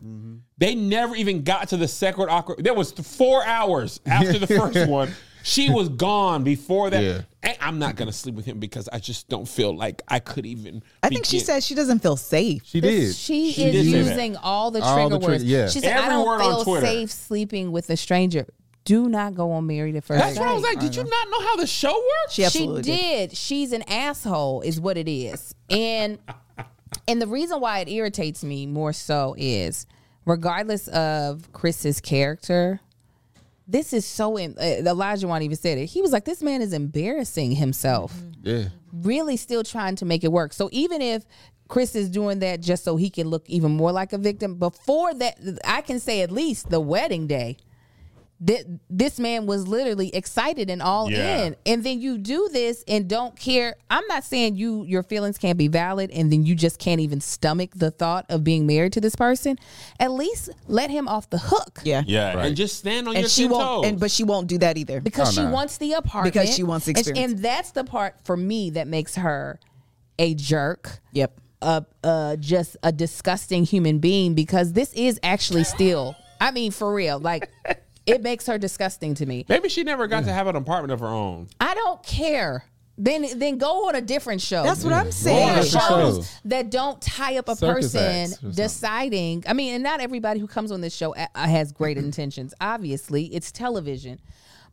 S2: They never even got to the second awkward. There was four hours after the first one. She was gone before that.
S4: Yeah.
S2: And I'm not gonna sleep with him because I just don't feel like I could even.
S1: I think she
S2: begin.
S1: said she doesn't feel safe.
S4: She did.
S3: She,
S2: She did
S3: is
S2: say that.
S3: using all the trigger
S4: All the trigger-
S3: words.
S4: yeah.
S3: She said,
S2: Every
S3: I don't
S2: word on
S3: feel
S2: Twitter.
S3: safe sleeping with a stranger. Do not go on married at first.
S2: That's what I was like. Did you not know how the show works?
S1: She absolutely
S3: she
S1: did.
S3: did. She's an asshole, is what it is. And and the reason why it irritates me more so is, regardless of Chris's character, this is so. em- Uh, Elijah Wan even said it. He was like, "This man is embarrassing himself."
S4: Yeah.
S3: really still trying to make it work. So even if Chris is doing that just so he can look even more like a victim, before that, I can say at least the wedding day. That this man was literally excited and all
S2: Yeah.
S3: in, and then you do this and don't care. I'm not saying you your feelings can't be valid, and then you just can't even stomach the thought of being married to this person. At least let him off the hook,
S1: Yeah.
S2: Yeah,
S4: Right.
S2: and just stand on your
S1: And she
S2: ten
S1: won't
S2: toes.
S1: and but she won't do that either.
S3: because
S4: Oh,
S3: she
S4: no.
S3: wants the apartment
S1: Because she wants the
S3: And-
S1: experience.
S3: and that's the part for me that makes her a jerk.
S1: Yep.
S3: a, uh, just a disgusting human being because this is actually still, I mean, for real, like it makes her disgusting to me.
S2: Maybe she never got to have an apartment of her own.
S3: I don't care. Then then go on a different show.
S1: That's what I'm
S4: Go on
S1: saying.
S4: a different show.
S3: shows that don't tie up a
S4: Circus acts or
S3: person
S4: something.
S3: deciding. I mean, and not everybody who comes on this show a- has great intentions. Obviously, it's television,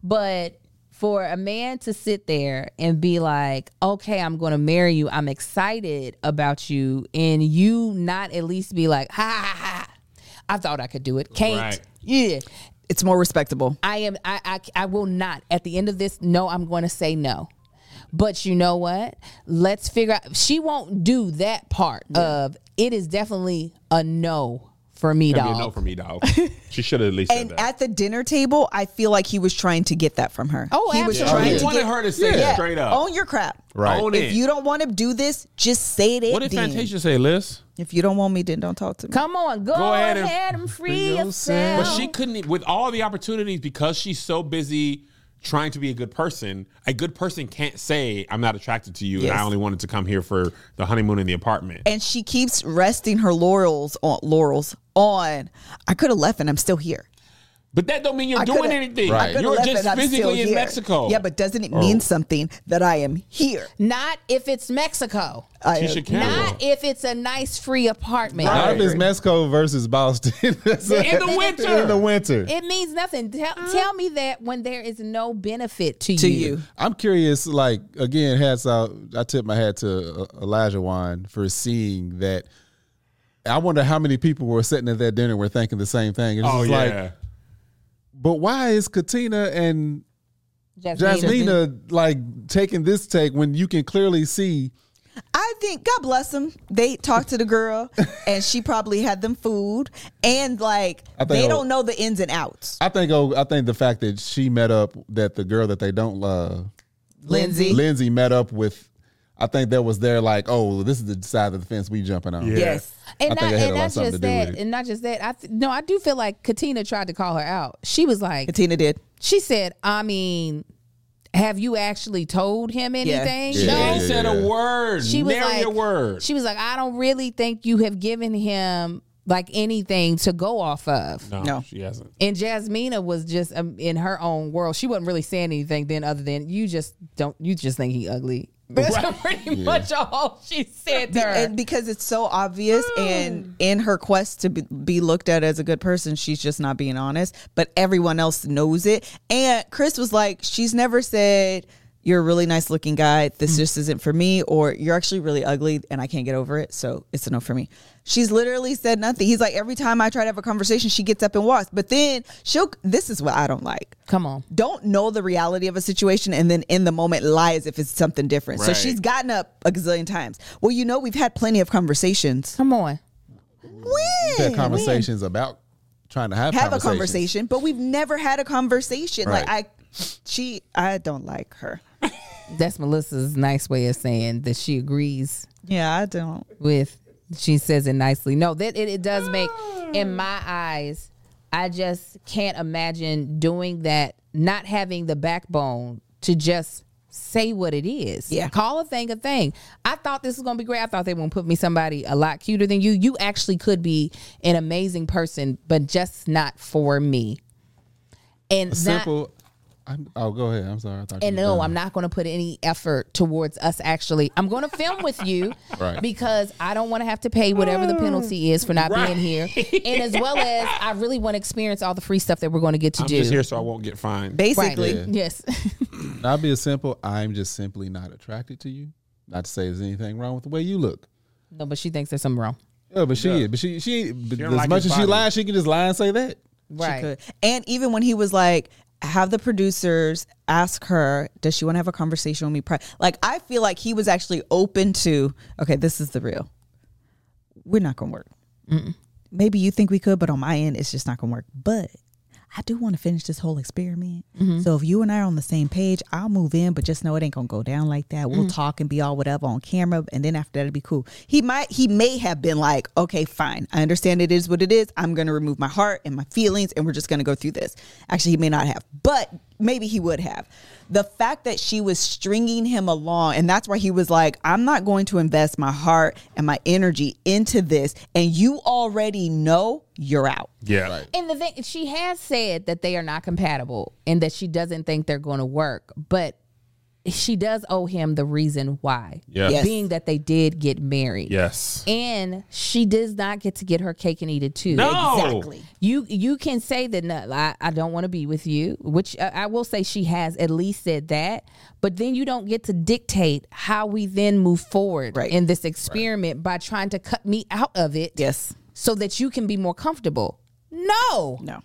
S3: but for a man to sit there and be like, "Okay, I'm going to marry you. I'm excited about you," and you not at least be like, "Ha ha ha! I thought I could do it. Can't.
S2: Right.
S3: Yeah,
S1: It's more respectable.
S3: I am. I, I I will not. At the end of this, no, I'm going to say no. But you know what? Let's figure out. She won't do that part of it. Is definitely a no for me,
S2: That'd
S3: dog.
S2: be a no for me, dog. she should have at least said
S1: And
S2: that.
S1: at the dinner table, I feel like he was trying to get that from her.
S3: Oh,
S1: he was
S3: absolutely.
S1: trying
S2: he
S1: to
S2: wanted
S1: get
S2: her to say it
S1: Yeah.
S2: straight up.
S1: Own your crap.
S4: Right.
S2: Own it.
S1: If you don't want to do this, just say it.
S2: what did
S1: then.
S2: Fantasia say, Liz?
S1: If you don't want me, then don't talk to me.
S3: Come on, go,
S2: ahead
S3: ahead,
S2: and-
S3: and free
S4: yourself.
S3: yourself.
S2: But she couldn't, e- with all the opportunities, because she's so busy trying to be a good person, a good person can't say, I'm not attracted to you and
S1: Yes.
S2: I only wanted to come here for the honeymoon in the apartment.
S1: And she keeps resting her laurels on laurels on. I could have left and I'm still here.
S2: but that don't mean you're
S1: I
S2: doing
S1: coulda-
S2: anything.
S4: Right. I
S1: Coulda
S2: You were
S1: left
S2: just
S1: and I'm still
S2: physically in
S1: here.
S2: Mexico. Oh.
S1: Yeah, but doesn't it mean something that I am here?
S3: not if it's Mexico.
S2: Oh.
S1: I am-
S2: Tisha Campbell.
S3: Not if it's a nice free apartment.
S2: Right.
S4: Not if it's Mexico versus Boston. That's
S2: In the
S4: it.
S2: winter.
S4: In the winter.
S3: It means nothing. Tell, tell me that when there is no benefit to,
S1: to
S3: you.
S1: you.
S4: I'm curious, like again, hats out. I tip my hat to uh, Elijah Wan for seeing that. I wonder how many people were sitting at that dinner were thinking the same thing. It's
S2: oh,
S4: just
S2: yeah.
S4: like, but why is Katina and
S3: Jasmina.
S4: Jasmina like taking this take when you can clearly see?
S1: I think God bless them. They talked to the girl, and she probably had them food, and like
S4: I think
S1: they
S4: I'll-
S1: don't know the ins and outs.
S4: I think. Oh, I think the fact that she met up that the girl that they don't love,
S1: Lindsay,
S4: Lindsay, met up with. I think that was their like, oh, this is the side of the fence we jumping on.
S2: Yeah.
S1: yes,
S4: I
S3: And
S4: think
S3: not,
S4: it had
S3: and
S4: a lot
S3: not
S4: something
S3: just
S4: to do with
S3: that,
S4: it.
S3: and not just that. I th- no, I do feel like Katina tried to call her out. She was like,
S1: Katina did.
S3: she said, I mean, have you actually told him anything?
S4: Yeah,
S2: She
S3: No.
S2: ain't said
S4: yeah.
S2: a word.
S3: She was
S2: Nary
S3: like,
S2: a word.
S3: She was like, I don't really think you have given him like anything to go off of.
S6: No.
S2: she hasn't.
S3: And Jasmina was just um, in her own world. She wasn't really saying anything then, other than you just don't, you just think he ugly. That's pretty much all she said to her.
S6: And because it's so obvious, and in her quest to be, be looked at as a good person, she's just not being honest. But everyone else knows it. And Chris was like, she's never said, You're a really nice looking guy. This just isn't for me. Or you're actually really ugly and I can't get over it. So it's a no for me. She's literally said nothing. He's like, Every time I try to have a conversation, she gets up and walks. But then she'll, this is what I don't like.
S3: Come on.
S6: don't know the reality of a situation and then in the moment lie as if it's something different. So
S2: Right.
S6: she's gotten up a gazillion times. Well, you know, we've had plenty of conversations.
S3: Come on.
S6: When?
S4: Had conversations about trying to have,
S6: Have a
S4: conversations.
S6: conversation, but we've never had a conversation. Like
S4: Right.
S6: I she I don't like her.
S3: That's Melissa's nice way of saying that she agrees
S6: Yeah, I don't.
S3: with she says it nicely no that it, it does make in my eyes i just can't imagine doing that not having the backbone to just say what it is
S6: Yeah.
S3: call a thing a thing i thought this was gonna be great i thought they were gonna put me somebody a lot cuter than you you actually could be an amazing person but just not for me and not,
S4: Simple. I'm, oh, go ahead. I'm sorry. I thought you
S3: and
S4: were
S3: no,
S4: done.
S3: I'm not going to put any effort towards us actually. I'm going to film with you
S4: Right.
S3: because I don't want to have to pay whatever the penalty
S2: Oh.
S3: is for not being here. And as well as I really want to experience all the free stuff that we're going to get to
S2: I'm
S3: do.
S2: just here so I won't get fined.
S3: Right.
S6: Basically,
S3: Yes.
S4: I'll be as simple. I'm just simply not attracted to you. Not to say there's anything wrong with the way you look.
S3: no, but she thinks there's something wrong.
S4: Yeah, but she is. But she she, but
S2: don't
S4: as
S2: like
S4: much
S2: his
S4: as she
S2: body.
S4: lies, she can just lie and say that.
S6: she
S3: Right.
S6: could. And even when he was like, have the producers ask her, does she want to have a conversation with me? pri-" Like, I feel like he was actually open to, okay, this is the real. We're not going to work. Maybe you think we could, but on my end, it's just not going to work. But I do want to finish this whole experiment. So if you and I are on the same page, I'll move in, but just know it ain't going to go down like that. We'll talk and be all whatever on camera. And then after that, it'll be cool. He might, he may have been like, okay, fine. I understand it is what it is. I'm going to remove my heart and my feelings and we're just going to go through this. Actually, he may not have, but maybe he would have. The fact that she was stringing him along, and that's why he was like, I'm not going to invest my heart and my energy into this. And you already know you're out.
S2: Yeah.
S3: And the thing she has said that they are not compatible and that she doesn't think they're going to work, but she does owe him the reason why.
S2: Yeah.
S6: Yes.
S3: Being that they did get married.
S2: Yes.
S3: and she does not get to get her cake and eat it too.
S2: No.
S3: exactly. You you can say that no, I, I don't want to be with you, which uh, I will say she has at least said that. But then you don't get to dictate how we then move forward
S6: Right.
S3: in this experiment by trying to cut me out of it,
S6: Yes.
S3: so that you can be more comfortable. No,
S6: No.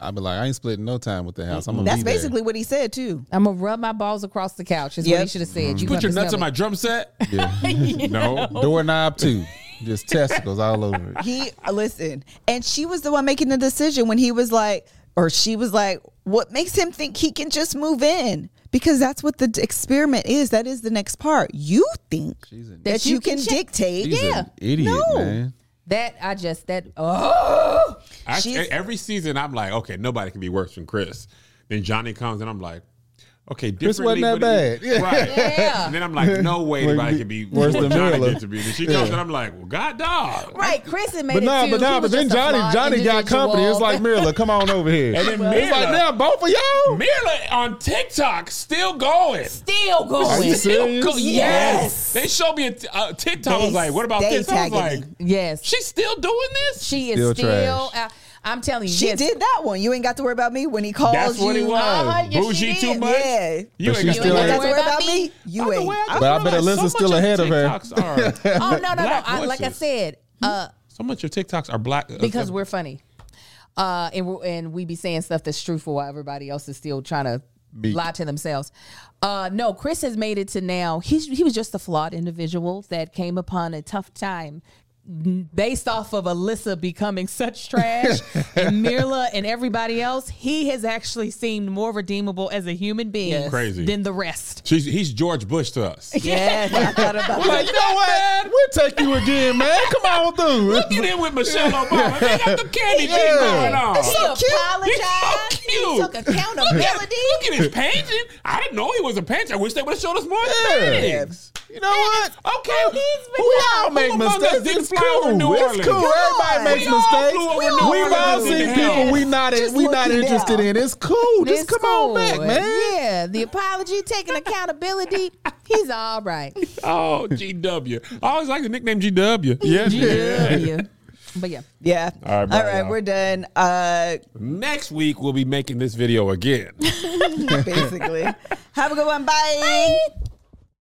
S4: I'd be like, I ain't splitting no time with the house. I'm gonna
S6: That's
S4: be there.
S6: basically what he said too.
S3: I'm gonna rub my balls across the couch. Is what
S6: Yep.
S3: he should have said.
S4: Mm-hmm.
S3: You
S2: Put your
S3: gonna
S2: nuts in
S3: smell
S2: my
S3: it.
S2: drum set. No.
S4: doorknob too. Just testicles all over it.
S6: He listen, and she was the one making the decision when he was like, or she was like, what makes him think he can just move in? Because that's what the d- experiment is. That is the next part. You think that, you, can,
S3: check-
S6: dictate?
S4: She's
S6: Yeah.
S4: an idiot,
S6: No.
S4: man.
S3: That I just that oh
S2: I,
S6: She's-
S2: every season, I'm like, okay, nobody can be worse than Chris. Then Johnny comes and I'm like, okay,
S4: Chris
S2: differently
S4: wasn't that
S2: would it be-
S4: bad.
S2: Right.
S3: Yeah.
S2: And then I'm like, no way anybody
S4: Like,
S2: can be worse
S4: worse than
S2: than Johnny
S4: Miller.
S2: gets to be. And she comes and I'm like, well, God dog.
S3: right, Chris had made
S4: But
S3: it
S4: nah,
S3: too.
S4: but
S3: He
S4: nah,
S3: was
S4: but then
S3: just a
S4: Johnny,
S3: flawed
S4: Johnny got company. It's
S3: individual.
S4: like Mirla, come on over here.
S2: And then
S4: it's like
S2: Mirla-
S4: now both of y'all.
S2: Mirla on TikTok still going.
S3: still
S4: Are
S3: going.
S4: you serious?
S2: Go- yes.
S3: Yes.
S2: They showed me a t- uh, TikTok. I
S6: They-
S2: was like, what about
S6: they
S2: this? I was
S6: tagging
S2: like,
S6: me.
S3: Yes, she,
S2: she's still doing this?
S3: is
S4: Still
S3: still.
S4: trash.
S3: out- I'm telling you,
S6: She
S3: yes.
S6: did that one. You ain't got to worry about me when he calls
S2: That's
S6: you.
S2: what it was.
S3: Uh-huh, yes, she
S2: Bougie
S3: did.
S2: too much?
S6: Yeah.
S2: You
S4: But
S2: ain't got
S4: she
S2: to
S4: still
S2: worry
S6: You ain't
S2: about
S6: got to worry about me. You
S2: By the
S6: ain't.
S2: way, I just
S4: But I bet
S2: realized
S4: Alyssa's
S2: so
S4: still
S2: much
S4: ahead of her.
S2: TikToks Are,
S3: Oh no, no, no!
S2: Black
S3: I, like I
S2: voices. Hmm?
S3: said, uh,
S2: so much of your TikToks are black uh,
S3: because
S2: uh,
S3: we're funny, uh, and we're, and we be saying stuff that's truthful while everybody else is still trying to lie to themselves. Uh, no, Chris has made it to now. He's he was just a flawed individual that came upon a tough time. Based off of Alyssa becoming such trash and Mirla and everybody else, he has actually seemed more redeemable as a human being
S6: Yes.
S2: Crazy.
S3: than the rest.
S2: She's, he's George Bush to us.
S6: Yes, I thought about
S4: Like, you know what? We'll take you again, man. Come on through.
S2: Get in with Michelle Obama. They got the candy
S4: Yeah.
S2: thing going on.
S3: He
S6: so cute.
S3: apologized.
S2: He's so
S3: He took
S2: cute.
S3: accountability.
S2: Look at his painting. I didn't know he was a painter. I wish they would have showed us more
S4: Yeah.
S2: paintings.
S4: You know what?
S3: Oh,
S2: Okay,
S4: We all make
S2: among us
S4: mistakes.
S2: didn't
S4: It's
S2: fly over New
S4: It's
S2: Orleans.
S4: cool. Everybody
S1: on.
S4: makes
S2: We all
S4: mistakes.
S2: flew over New
S4: We've all
S2: Orleans.
S4: seen
S2: Yeah.
S4: people we not
S1: Just
S4: we not
S1: looking
S4: interested
S1: down.
S4: in. It's cool. Just
S3: It's
S4: come
S3: cool.
S4: on back, man.
S3: Yeah, the apology, taking accountability. He's all right.
S2: Oh, GW. I always like the nickname GW. Yeah.
S3: But yeah,
S1: Yeah.
S2: All right, bye,
S1: All right,
S2: y'all.
S1: we're done. Uh,
S2: Next week we'll be making this video again.
S1: basically. Have a good one. Bye.